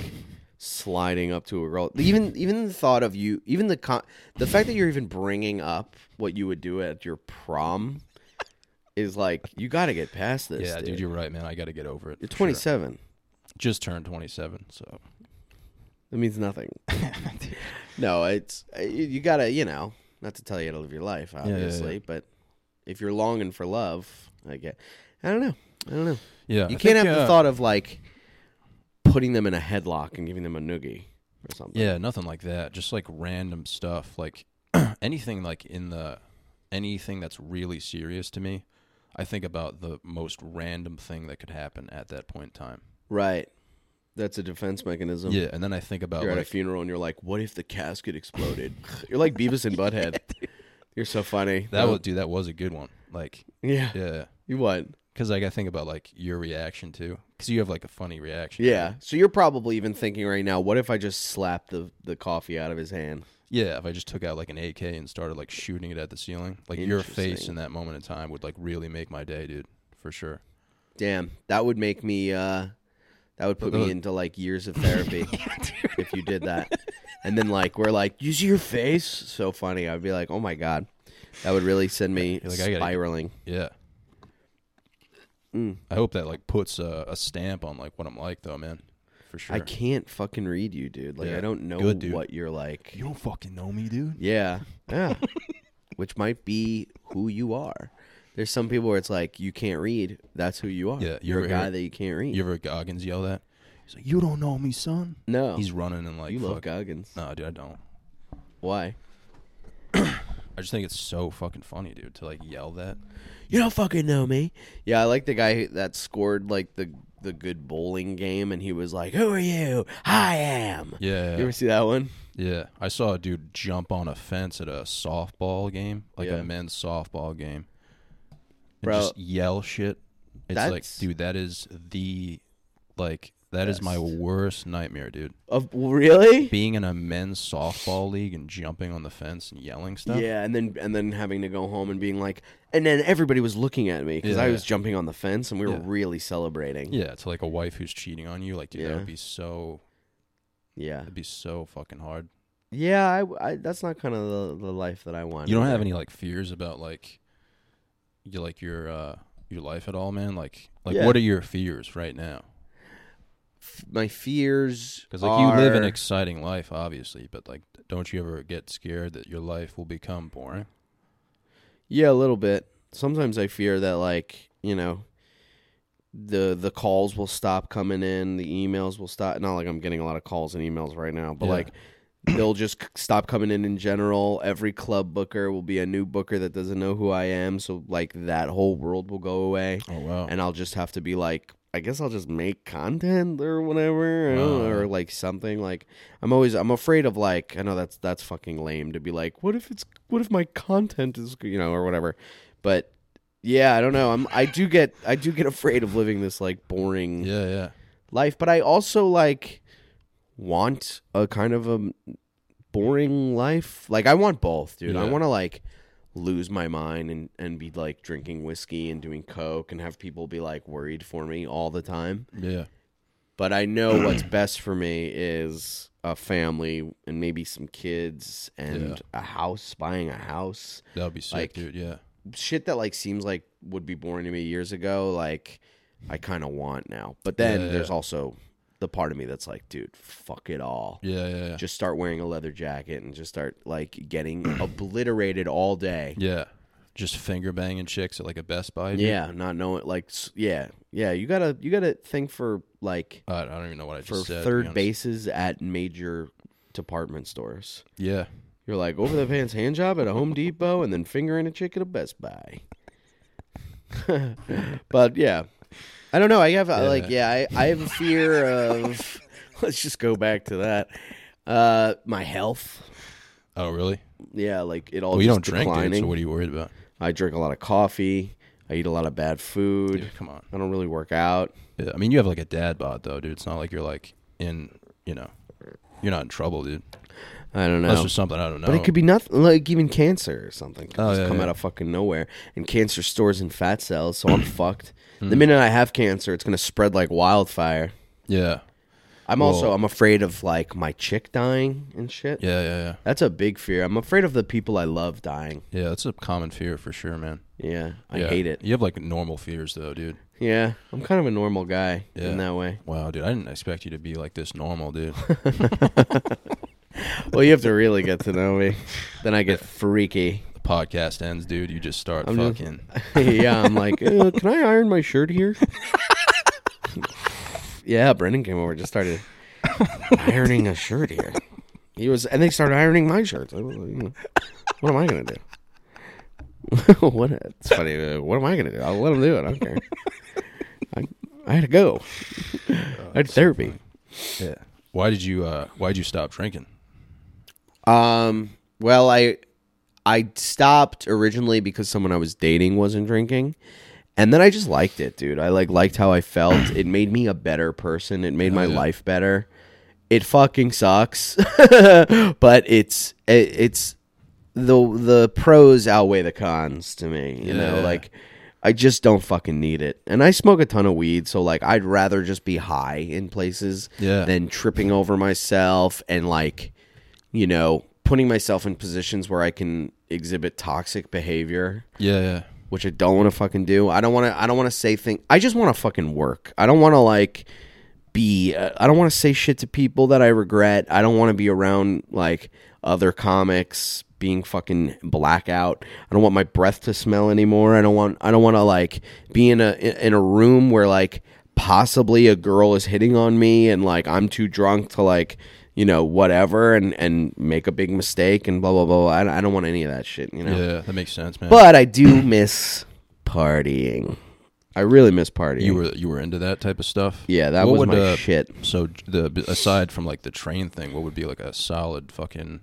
sliding up to a girl, even even the thought of you, even the con- the fact that you're even bringing up what you would do at your prom is like, you got to get past this. Yeah, dude. you're right, man. I got to get over it. uh, You're for sure. 27. Just turned 27, so That means nothing. no, it's uh, you you gotta, you know, not to tell you how to live your life, yeah, obviously, but if you're longing for love, I get. I don't know. I don't know. yeah. You I can't think, have the uh, thought of like putting them in a headlock and giving them a noogie or something. Yeah, nothing like that. Just like random stuff, like anything like in the anything that's really serious to me. I think about the most random thing that could happen at that point in time. Right. That's a defense mechanism. Yeah, and then I think about You're at a like funeral and you're like, "What if the casket exploded?" you're like Beavis and Butthead. you're so funny. that was dude, that was a good one. Like, yeah. yeah, You what? because like I think about like your reaction too, because you have like a funny reaction. Yeah. So you're probably even thinking right now, "What if I just slapped the the coffee out of his hand?" Yeah, if I just took out like an AK and started like shooting it at the ceiling, like your face Interesting. in that moment in time would like really make my day, dude, for sure. Damn, that would make me. uh That would put me Those- into like years of therapy if you did that. And then like we're like, you see your face, so funny. I'd be like, oh my god, that would really send me You're like, I gotta- spiraling. Yeah. Mm. I hope that like puts a, a stamp on like what I'm like though, man. For sure. I can't fucking read you, dude. Like Yeah. I don't know Good, dude. what you're like. You don't fucking know me, dude. Yeah, yeah. Which might be who you are. There's some people where it's like you can't read. That's who you are. Yeah, you you're a ever guy hear- that you can't read. You ever Goggins yell that? He's like, "You don't know me, son." no, He's running and like, you love fuck. Goggins. no, dude, I don't. Why? I just think it's so fucking funny, dude, to like yell that. You don't fucking know me. Yeah, I like the guy who- that scored like the the good bowling game, and he was like, "Who are you? I am." Yeah, You ever see that one? yeah. I saw a dude jump on a fence at a softball game, like Yeah. a men's softball game, and Bro, just yell shit. It's like, that's- dude, that is the, like, that is my Best. worst nightmare, dude. Of really? being in a men's softball league and jumping on the fence and yelling stuff. Yeah, and then and then having to go home and being like, and then everybody was looking at me because I Yeah. was jumping on the fence, and we were Yeah. really celebrating. Yeah, to like a wife who's cheating on you, like dude, that Yeah. would be so Yeah, that'd be so fucking hard. yeah. I, I that's not kind of the, the life that I want. You don't have either. any like fears about like you like your uh your life at all, man? Like like Yeah. what are your fears right now? My fears Cuz like you live an are- exciting life obviously, but like don't you ever get scared that your life will become boring? Yeah, a little bit. Sometimes I fear that like, you know, the the calls will stop coming in, the emails will stop. Not like I'm getting a lot of calls and emails right now, but Yeah. like they'll just c- stop coming in in general. Every club booker will be a new booker that doesn't know who I am, so like that whole world will go away Oh wow. and I'll just have to be like I guess I'll just make content or whatever I don't know, Wow. or like something like I'm always I'm afraid of like I know that's that's fucking lame to be like what if it's what if my content is you know or whatever but yeah I don't know I'm I do get I do get afraid of living this like boring yeah, yeah. life but I also like want a kind of a boring life like I want both dude I Yeah. want to like lose my mind and, and be like drinking whiskey and doing coke and have people be like worried for me all the time. Yeah. But I know what's best for me is a family and maybe some kids and Yeah. a house, buying a house. That would be sick, Like- dude. Yeah. Shit that like seems like would be boring to me years ago, like I kind of want now. But then Yeah. there's also the part of me that's like, dude, fuck it all. Yeah, yeah, yeah. Just start wearing a leather jacket and just start like getting obliterated all day. yeah. Just finger banging chicks at like a Best Buy. dude. Yeah, not knowing like s- yeah, yeah. You gotta you gotta think for like I I don't even know what I just for said. to be third honest. bases at major department stores. Yeah. You're like over the pants hand job at a Home Depot and then fingering a chick at a Best Buy. but yeah, I don't know. I have uh, like yeah, I, I have a fear of let's just go back to that. Uh my health. Oh, really? Yeah, like it all Well, you just don't drink, declining. dude. So what are you worried about? I drink a lot of coffee. I eat a lot of bad food. Dude, come on. I don't really work out. Yeah, I mean, you have like a dad bod though, dude. It's not like you're like in, you know, you're not in trouble, dude. I don't know. That's just something I don't know. But it could be nothing, like even cancer or something. Could Oh, just yeah, come yeah. out of fucking nowhere. And cancer stores in fat cells, so I'm fucked. Hmm. The minute I have cancer, it's gonna spread like wildfire. Yeah, I'm also Well- I'm afraid of like my chick dying and shit. yeah, yeah, That's a big fear. I'm afraid of the people I love dying. yeah. Yeah, that's a common fear for sure, man. Yeah. I Yeah. hate it. You have like normal fears though, dude. Yeah. I'm kind of a normal guy Yeah. in that way. Wow, dude, I didn't expect you to be like this normal, dude. Well, you have to really get to know me. Then I get freaky. the podcast ends, dude. You just start just- fucking. yeah, I'm like, uh, can I iron my shirt here? yeah, Brendan came over, just started ironing a shirt here. He was, and they started ironing my shirts. I was like, you know, What am I gonna do? what? It's funny. uh, What am I gonna do? I'll let him do it. I don't care. I, I had to go. I had therapy. yeah. Why did you? uh Why did you stop drinking? Um. Well, I I stopped originally because someone I was dating wasn't drinking, and then I just liked it, dude. I like liked how I felt. It made me a better person. It made my yeah. life better. It fucking sucks, but it's it, it's the the pros outweigh the cons to me. You know, Yeah. like I just don't fucking need it. And I smoke a ton of weed, so like I'd rather just be high in places Yeah. than tripping over myself and like you know, putting myself in positions where I can exhibit toxic behavior, Yeah, yeah, which I don't want to fucking do. I don't want to. I don't want to say things. I just want to fucking work. I don't want to like be. Uh, I don't want to say shit to people that I regret. I don't want to be around like other comics being fucking blackout. I don't want my breath to smell anymore. I don't want. I don't want to like be in a in a room where like possibly a girl is hitting on me and like I'm too drunk to like you know whatever and and make a big mistake and blah blah blah. I, I don't want any of that shit. You know. yeah. That makes sense, man. But I do miss partying. I really miss partying. you were you were into that type of stuff. yeah, that What was would, my uh, shit. So the aside from like the train thing, what would be like a solid fucking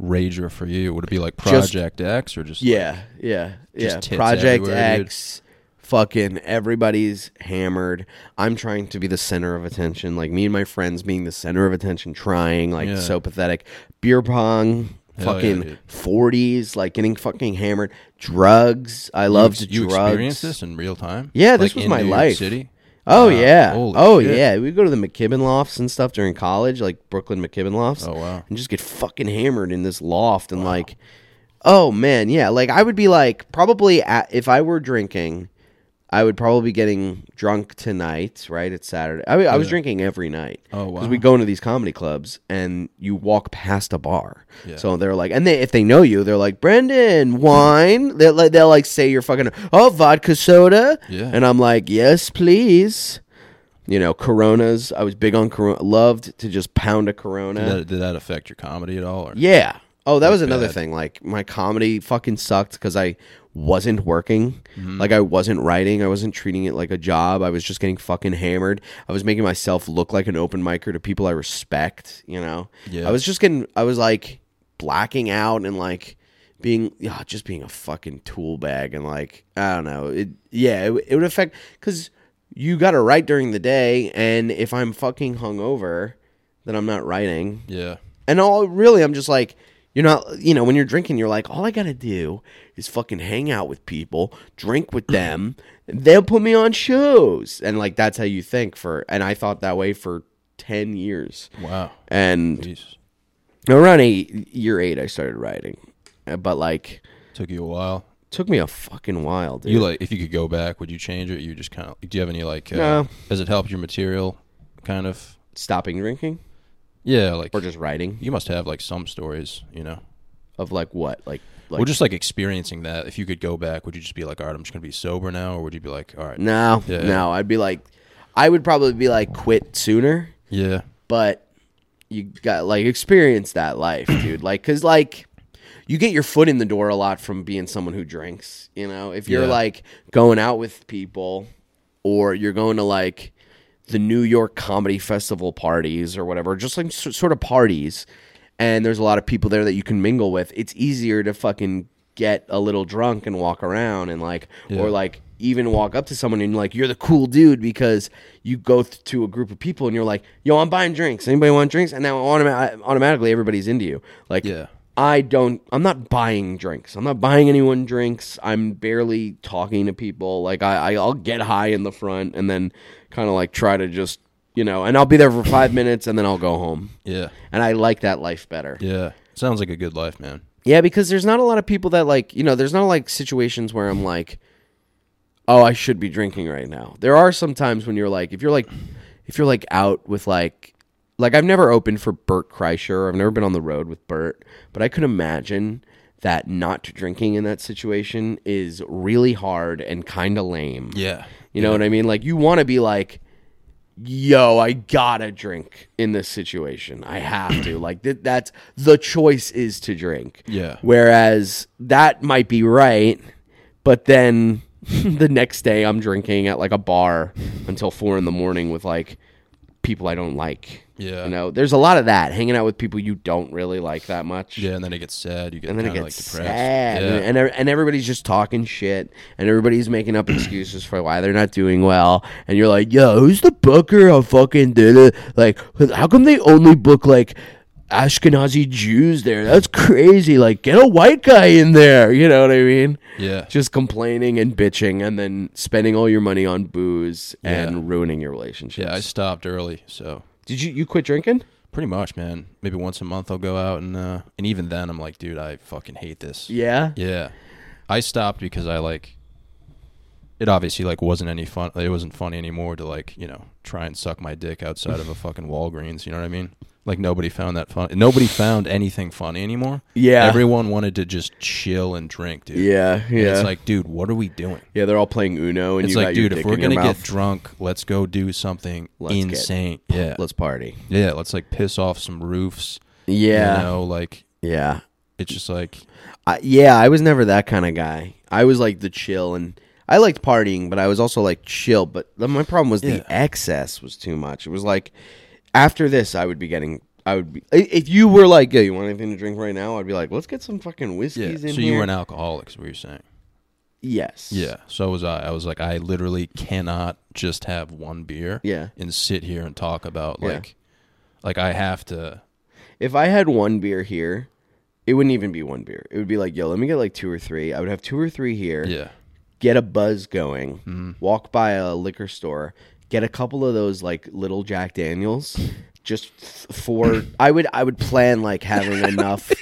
rager for you? Would it be like Just- Project X or just like- Yeah, yeah, Just yeah. tits Project everywhere, dude. X. Fucking everybody's hammered. I'm trying to be the center of attention. Like me and my friends being the center of attention, trying like Yeah. so pathetic. Beer Hell pong, yeah, fucking dude. forties, like getting fucking hammered. Drugs. I loved you drugs. experienced this in real time? Yeah, this Like, was in my New York life. City. Oh Wow. yeah. Holy oh shit. yeah. We go to the McKibben lofts and stuff during college, like Brooklyn McKibben lofts. Oh, wow. And just get fucking hammered in this loft and like oh man, yeah. Like I would be like probably at, if I were drinking, I would probably be getting drunk tonight, right? It's Saturday. I, mean, I was drinking every night. Oh, wow. Because we go into these comedy clubs and you walk past a bar. Yeah. So they're like, and they, if they know you, they're like, Brendan, wine. They'll, like- they'll like say you're fucking, oh, vodka soda. Yeah. And I'm like, yes, please. You know, Coronas. I was big on Corona. Loved to just pound a Corona. Did that, did that affect your comedy at all? Or? Yeah. Oh, that was another bad. thing. Like my comedy fucking sucked because I wasn't working. Mm-hmm. Like I wasn't writing. I wasn't treating it like a job. I was just getting fucking hammered. I was making myself look like an open micer to people I respect. You know. Yeah. I was just getting. I was like blacking out and like being yeah, just being a fucking tool bag and like I don't know. It yeah, it, it would affect because you got to write during the day, and if I'm fucking hungover, then I'm not writing. Yeah. And all really, I'm just like, you're not, you know, when you're drinking, you're like, all I gotta do is fucking hang out with people, drink with them, and they'll put me on shows, and like that's how you think for. And I thought that way for ten years, Wow. and Jeez. around eight, year eight, I started writing, Uh, but like Took you a while. took me a fucking while, dude. You like if you could go back, would you change it? You just kind of. Do you have any like? Uh, No. Has it helped your material? Kind of. stopping drinking Yeah. Like. or just writing you must have like some stories, you know. of like what, like like well, just like experiencing that. If you could go back, would you just be like, "All right, I'm just gonna be sober now," or would you be like, "All right, no, Yeah. no, I'd be like, I would probably be like quit sooner. yeah, but you got like experience that life, dude. Like, cause like you get your foot in the door a lot from being someone who drinks. You know, if you're Yeah. like going out with people or you're going to like the New York Comedy Festival parties or whatever, just like s- sort of parties, and there's a lot of people there that you can mingle with. It's easier to fucking get a little drunk and walk around and like, or like even walk up to someone and like, you're the cool dude because you go th- to a group of people and you're like, yo, I'm buying drinks. Anybody want drinks? And now automa- automatically everybody's into you. Like, Yeah. I don't I'm not buying drinks. I'm not buying anyone drinks. I'm barely talking to people. Like I, I I'll get high in the front and then kind of like try to just you know, and I'll be there for five minutes and then I'll go home. Yeah. And I like that life better. Yeah. Sounds like a good life, man. Yeah, because there's not a lot of people that like you know, there's not like situations where I'm like, Oh, I should be drinking right now. There are some times when you're like if you're like if you're like out with like like I've never opened for Bert Kreischer. I've never been on the road with Bert, but I could imagine that not drinking in that situation is really hard and kind of lame. Yeah. You know what I mean? Like you want to be like, yo, I gotta drink in this situation. I have to. like th- that's the choice is to drink. Yeah. Whereas that might be right, but then the next day I'm drinking at like a bar until four in the morning with like people I don't like. Yeah. You know, there's a lot of that hanging out with people you don't really like that much Yeah, and then it gets sad. You get and then it kinda, like gets depressed. sad, Yeah. and, and and everybody's just talking shit, and everybody's making up excuses for why they're not doing well, and you're like, yo, who's the booker of fucking did it? Like, how come they only book like Ashkenazi Jews there? That's crazy. Like, get a white guy in there. You know what I mean? yeah. Just complaining and bitching, and then spending all your money on booze and Yeah. ruining your relationships. Yeah, I stopped early, so Did you you quit drinking? pretty much, man. Maybe once a month I'll go out and uh and even then I'm like, dude, I fucking hate this. Yeah. Yeah. I stopped because I like it obviously like wasn't any fun it wasn't funny anymore to like, you know, try and suck my dick outside of a fucking Walgreens, you know what I mean? Like nobody found that fun nobody found anything funny anymore. Yeah. Everyone wanted to just chill and drink, dude. Yeah. And Yeah. it's like, dude, what are we doing? yeah, they're all playing Uno, and It's you like, got your dude, if dick we're in your gonna get mouth. drunk, let's go do something Let's get- insane. yeah. Let's party. Yeah, let's like piss off some roofs. Yeah. You know, like Yeah. it's just like I, yeah, I was never that kind of guy. I was like the chill and I liked partying, but I was also like chill, but the- my problem was Yeah. the excess was too much. It was like after this I would be getting I would be i- if you were like, "Yo, you want anything to drink right now?" I'd be like, "Let's get some fucking yeah. whiskeys So in you here." were an alcoholic, is what you're saying. yes. Yeah. So was I. I was like, I literally cannot just have one beer Yeah. and sit here and talk about Yeah. like like I have to If I had one beer here, it wouldn't even be one beer. It would be like, "Yo, let me get like two or three. I would have two or three here. Yeah. get a buzz going, walk by a liquor store, get a couple of those like little Jack Daniels, just f- for I would I would plan like having enough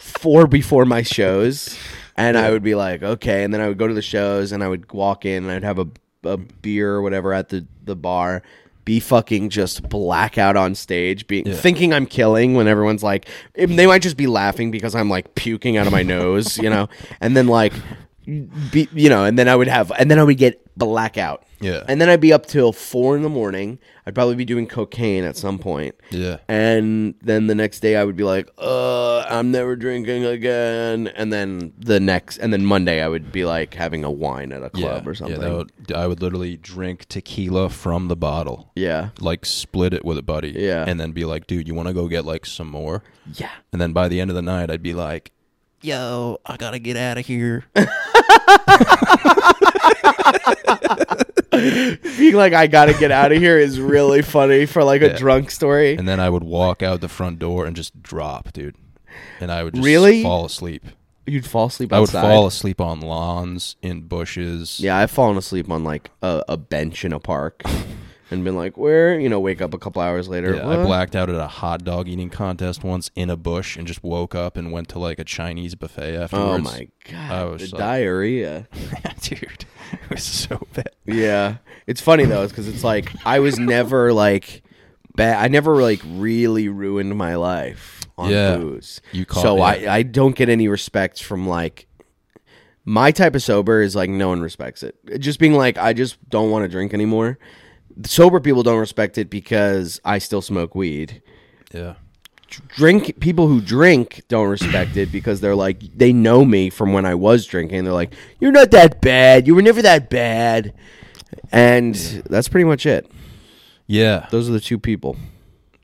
for before my shows, and I would be like okay, and then I would go to the shows and I would walk in and I'd have a, a beer or whatever at the the bar. Be fucking just blackout on stage, being thinking I'm killing when everyone's like, and they might just be laughing because I'm like puking out of my nose, you know, and then like be, you know, and then I would have, and then I would get blackout. Yeah. And then I'd be up till four in the morning. I'd probably be doing cocaine at some point. Yeah. And then the next day I would be like, uh, I'm never drinking again. And then the next, and then Monday I would be like having a wine at a club yeah, or something. Yeah, that would, I would literally drink tequila from the bottle. yeah. Like split it with a buddy. Yeah. And then be like, dude, you wanna go get like some more? Yeah. And then by the end of the night I'd be like, Yo, I gotta get out of here. Being like, I gotta get out of here is really funny for like a drunk story. and then I would walk out the front door and just drop, dude. And I would just Really? fall asleep. You'd fall asleep I would outside. fall asleep on lawns, in bushes. Yeah, I've fallen asleep on like a, a bench in a park and been like, where? You know, wake up a couple hours later. Yeah, "What?" I blacked out at a hot dog eating contest once in a bush and just woke up and went to like a Chinese buffet Oh afterwards. my I god, was the like- diarrhea. dude, it was so bad. yeah, it's funny though, because it's like I was never like bad. I never like really ruined my life on Yeah. booze. You caught- so yeah. I I don't get any respect from like. My type of sober is like no one respects it. Just being like, I just don't want to drink anymore. Sober people don't respect it because I still smoke weed. Yeah, drink people who drink don't respect it because they're like they know me from when I was drinking. They're like, "You're not that bad. You were never that bad." And that's pretty much it. Yeah. Those are the two people.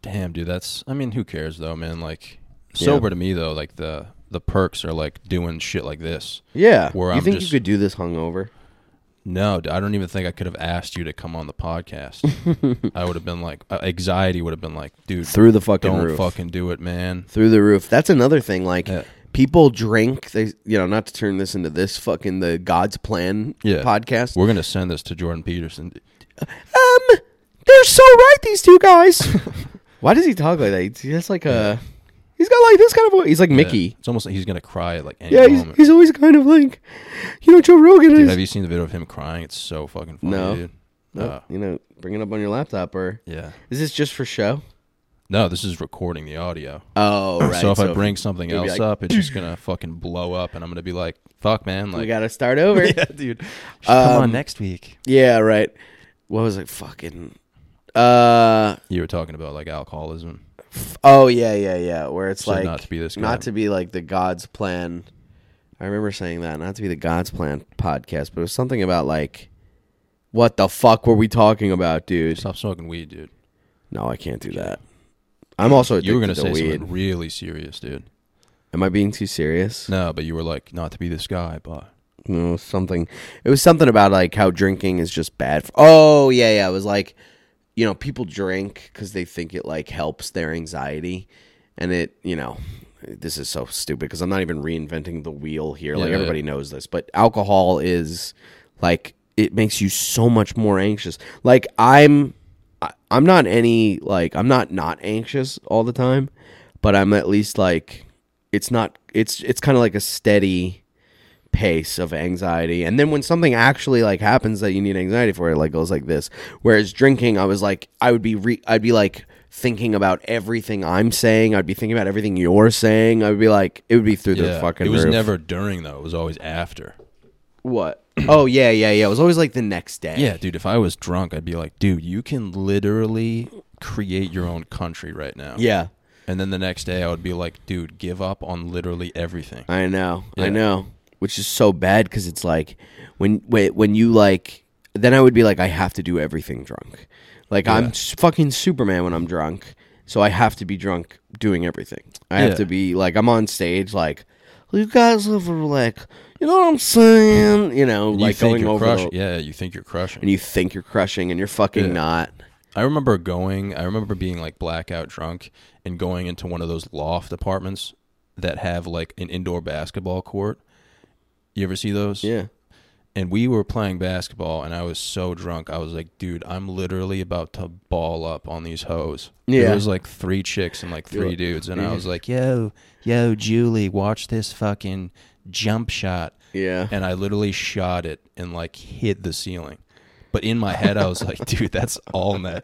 Damn, dude. That's. I mean, who cares though, man? Like, sober to me though. Like the the perks are like doing shit like this. Yeah. Where you I'm think just- you could do this hungover? No, dude, I don't even think I could have asked you to come on the podcast. I would have been like, uh, anxiety would have been like, dude, Through the fucking don't roof. fucking do it, man. Through the roof. That's another thing. Like Yeah. people drink they you know, not to turn this into this fucking the God's plan Yeah. podcast. We're gonna send this to Jordan Peterson. Um they're so right, these two guys. Why does he talk like that? He has like a he's got like this kind of voice. He's like Mickey. It's almost like he's gonna cry at like any Yeah, he's, moment. he's always kind of like you know Joe Rogan dude, is have you seen the video of him crying? It's so fucking funny, No. dude. Oh, Uh, you know, bring it up on your laptop or yeah. is this just for show? No, this is recording the audio. Oh, right. so if I bring something you'll be else like- up, it's just gonna fucking blow up, and I'm gonna be like, "Fuck, man!" we Like, gotta start over. yeah, dude. come Um, on next week. Yeah, right. What was it? Fucking. Uh You were talking about like alcoholism. oh yeah yeah yeah where it's Said like not to be this guy. not to be like the God's plan. I remember saying that not to be the God's plan podcast, but it was something about like what the fuck were we talking about, dude? Stop smoking weed, dude. No, I can't do that. I'm also addicted You were gonna to say weed. something really serious, dude. Am I being too serious? No, but you were like, not to be this guy, but no something it was something about like how drinking is just bad for oh yeah yeah it was like you know people drink because they think it like helps their anxiety and it you know this is so stupid because i'm not even reinventing the wheel here like yeah, everybody knows this but alcohol is like it makes you so much more anxious like i'm I- i'm not any like i'm not not anxious all the time but i'm at least like it's not it's it's kind of like a steady pace of anxiety and then when something actually like happens that you need anxiety for it like goes like this whereas drinking i was like i would be re- i'd be like thinking about everything i'm saying i'd be thinking about everything you're saying i would be like it would be through the yeah, fucking it was roof. never during though. It was always after. what oh yeah yeah yeah it was always like the next day Yeah, dude. If I was drunk, I'd be like, dude, you can literally create your own country right now. yeah And then the next day, I would be like, dude, give up on literally everything. I know, I Yeah. know, which is so bad because it's like when when when you like, then I would be like, I have to do everything drunk. Like I'm s- fucking Superman when I'm drunk, so I have to be drunk doing everything. I have Yeah. to be like I'm on stage like, you guys ever like, you know what I'm saying? You know, You like think going you're over, crushing. the- Yeah, you think you're crushing. and you think you're crushing, and you're fucking Yeah. not. I remember going. I remember being like blackout drunk and going into one of those loft apartments that have like an indoor basketball court. You ever see those? Yeah, and we were playing basketball and I was so drunk. I was like, dude, I'm literally about to ball up on these hoes. Yeah. There was like three chicks and like three dudes and I was like, yo, yo, Julie, watch this fucking jump shot. yeah. And I literally shot it and like hit the ceiling. But in my head I was like, dude, that's all net.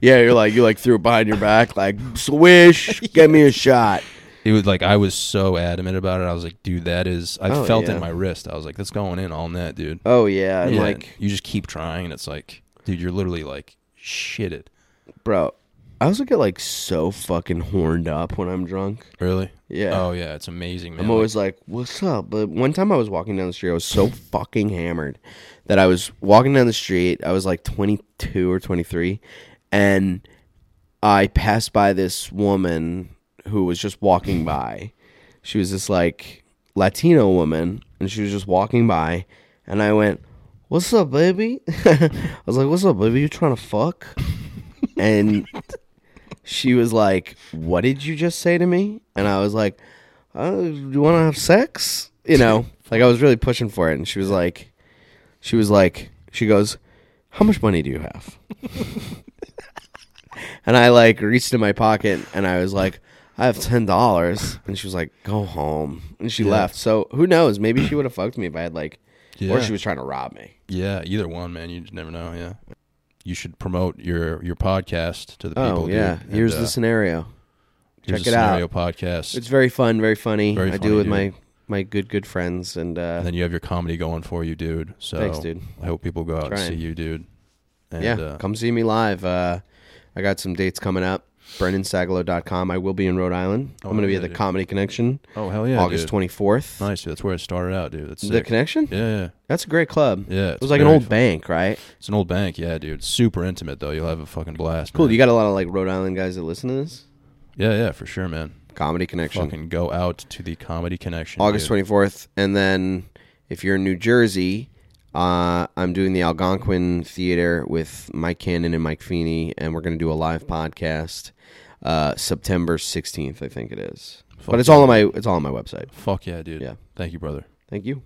Yeah, you're like you like threw it behind your back, like swish, get me a shot. It was like I was so adamant about it. I was like, dude, that is I Oh, felt yeah. in my wrist. I was like, that's going in all net, dude. Oh yeah, and Yeah, like you just keep trying and it's like, dude, you're literally like shitted. Bro, I also get like so fucking horned up when I'm drunk. Really? Yeah. Oh yeah, it's amazing, man. I'm always like, what's up? But one time I was walking down the street, I was so fucking hammered that I was walking down the street. I was like 22 or 23, and I passed by this woman who was just walking by. She was this like Latino woman, and she was just walking by, and I went, "What's up, baby?" I was like, "What's up, baby? You trying to fuck?" and she was like, "What did you just say to me?" And I was like, uh, "You want to have sex?" You know, like I was really pushing for it, and she was like, she was like, she goes, "How much money do you have?" and I like reached in my pocket, and I was like. I have ten dollars, and she was like, "Go home," and she left. So who knows? Maybe she would have fucked me if I had like, or Yeah. she was trying to rob me. yeah, either one, man. You just never know. Yeah, you should promote your your podcast to the Oh people. yeah, dude. And, here's uh, the scenario. here's check a it out. scenario Podcast. It's very fun, very funny. Very I do funny, it with dude. my my good good friends, and, uh, and then you have your comedy going for you, dude. So Thanks, dude. I hope people go out and Trying. see you, dude. And, yeah, uh, come see me live. Uh, I got some dates coming up. brennansagalot.com. I will be in Rhode Island. Oh, I'm going to be yeah, at the dude. Comedy Connection Oh hell yeah, August dude. 24th. Nice, dude. That's where it started out, dude. That's the sick. Connection? Yeah, yeah. That's a great club. Yeah, It it's was like an very old fun. bank, right? It's an old bank, yeah, dude. It's super intimate though. You'll have a fucking blast. Cool. man. You got a lot of like Rhode Island guys that listen to this? yeah, yeah, for sure, man. Comedy Connection. Fucking go out to the comedy connection. August dude. 24th. And then if you're in New Jersey, uh, I'm doing the Algonquin Theater with Mike Cannon and Mike Feeney, and we're going to do a live podcast uh, September 16th, I think it is. Fuck But it's all on my it's all on my website. Fuck yeah, dude. Yeah. Thank you, brother. Thank you.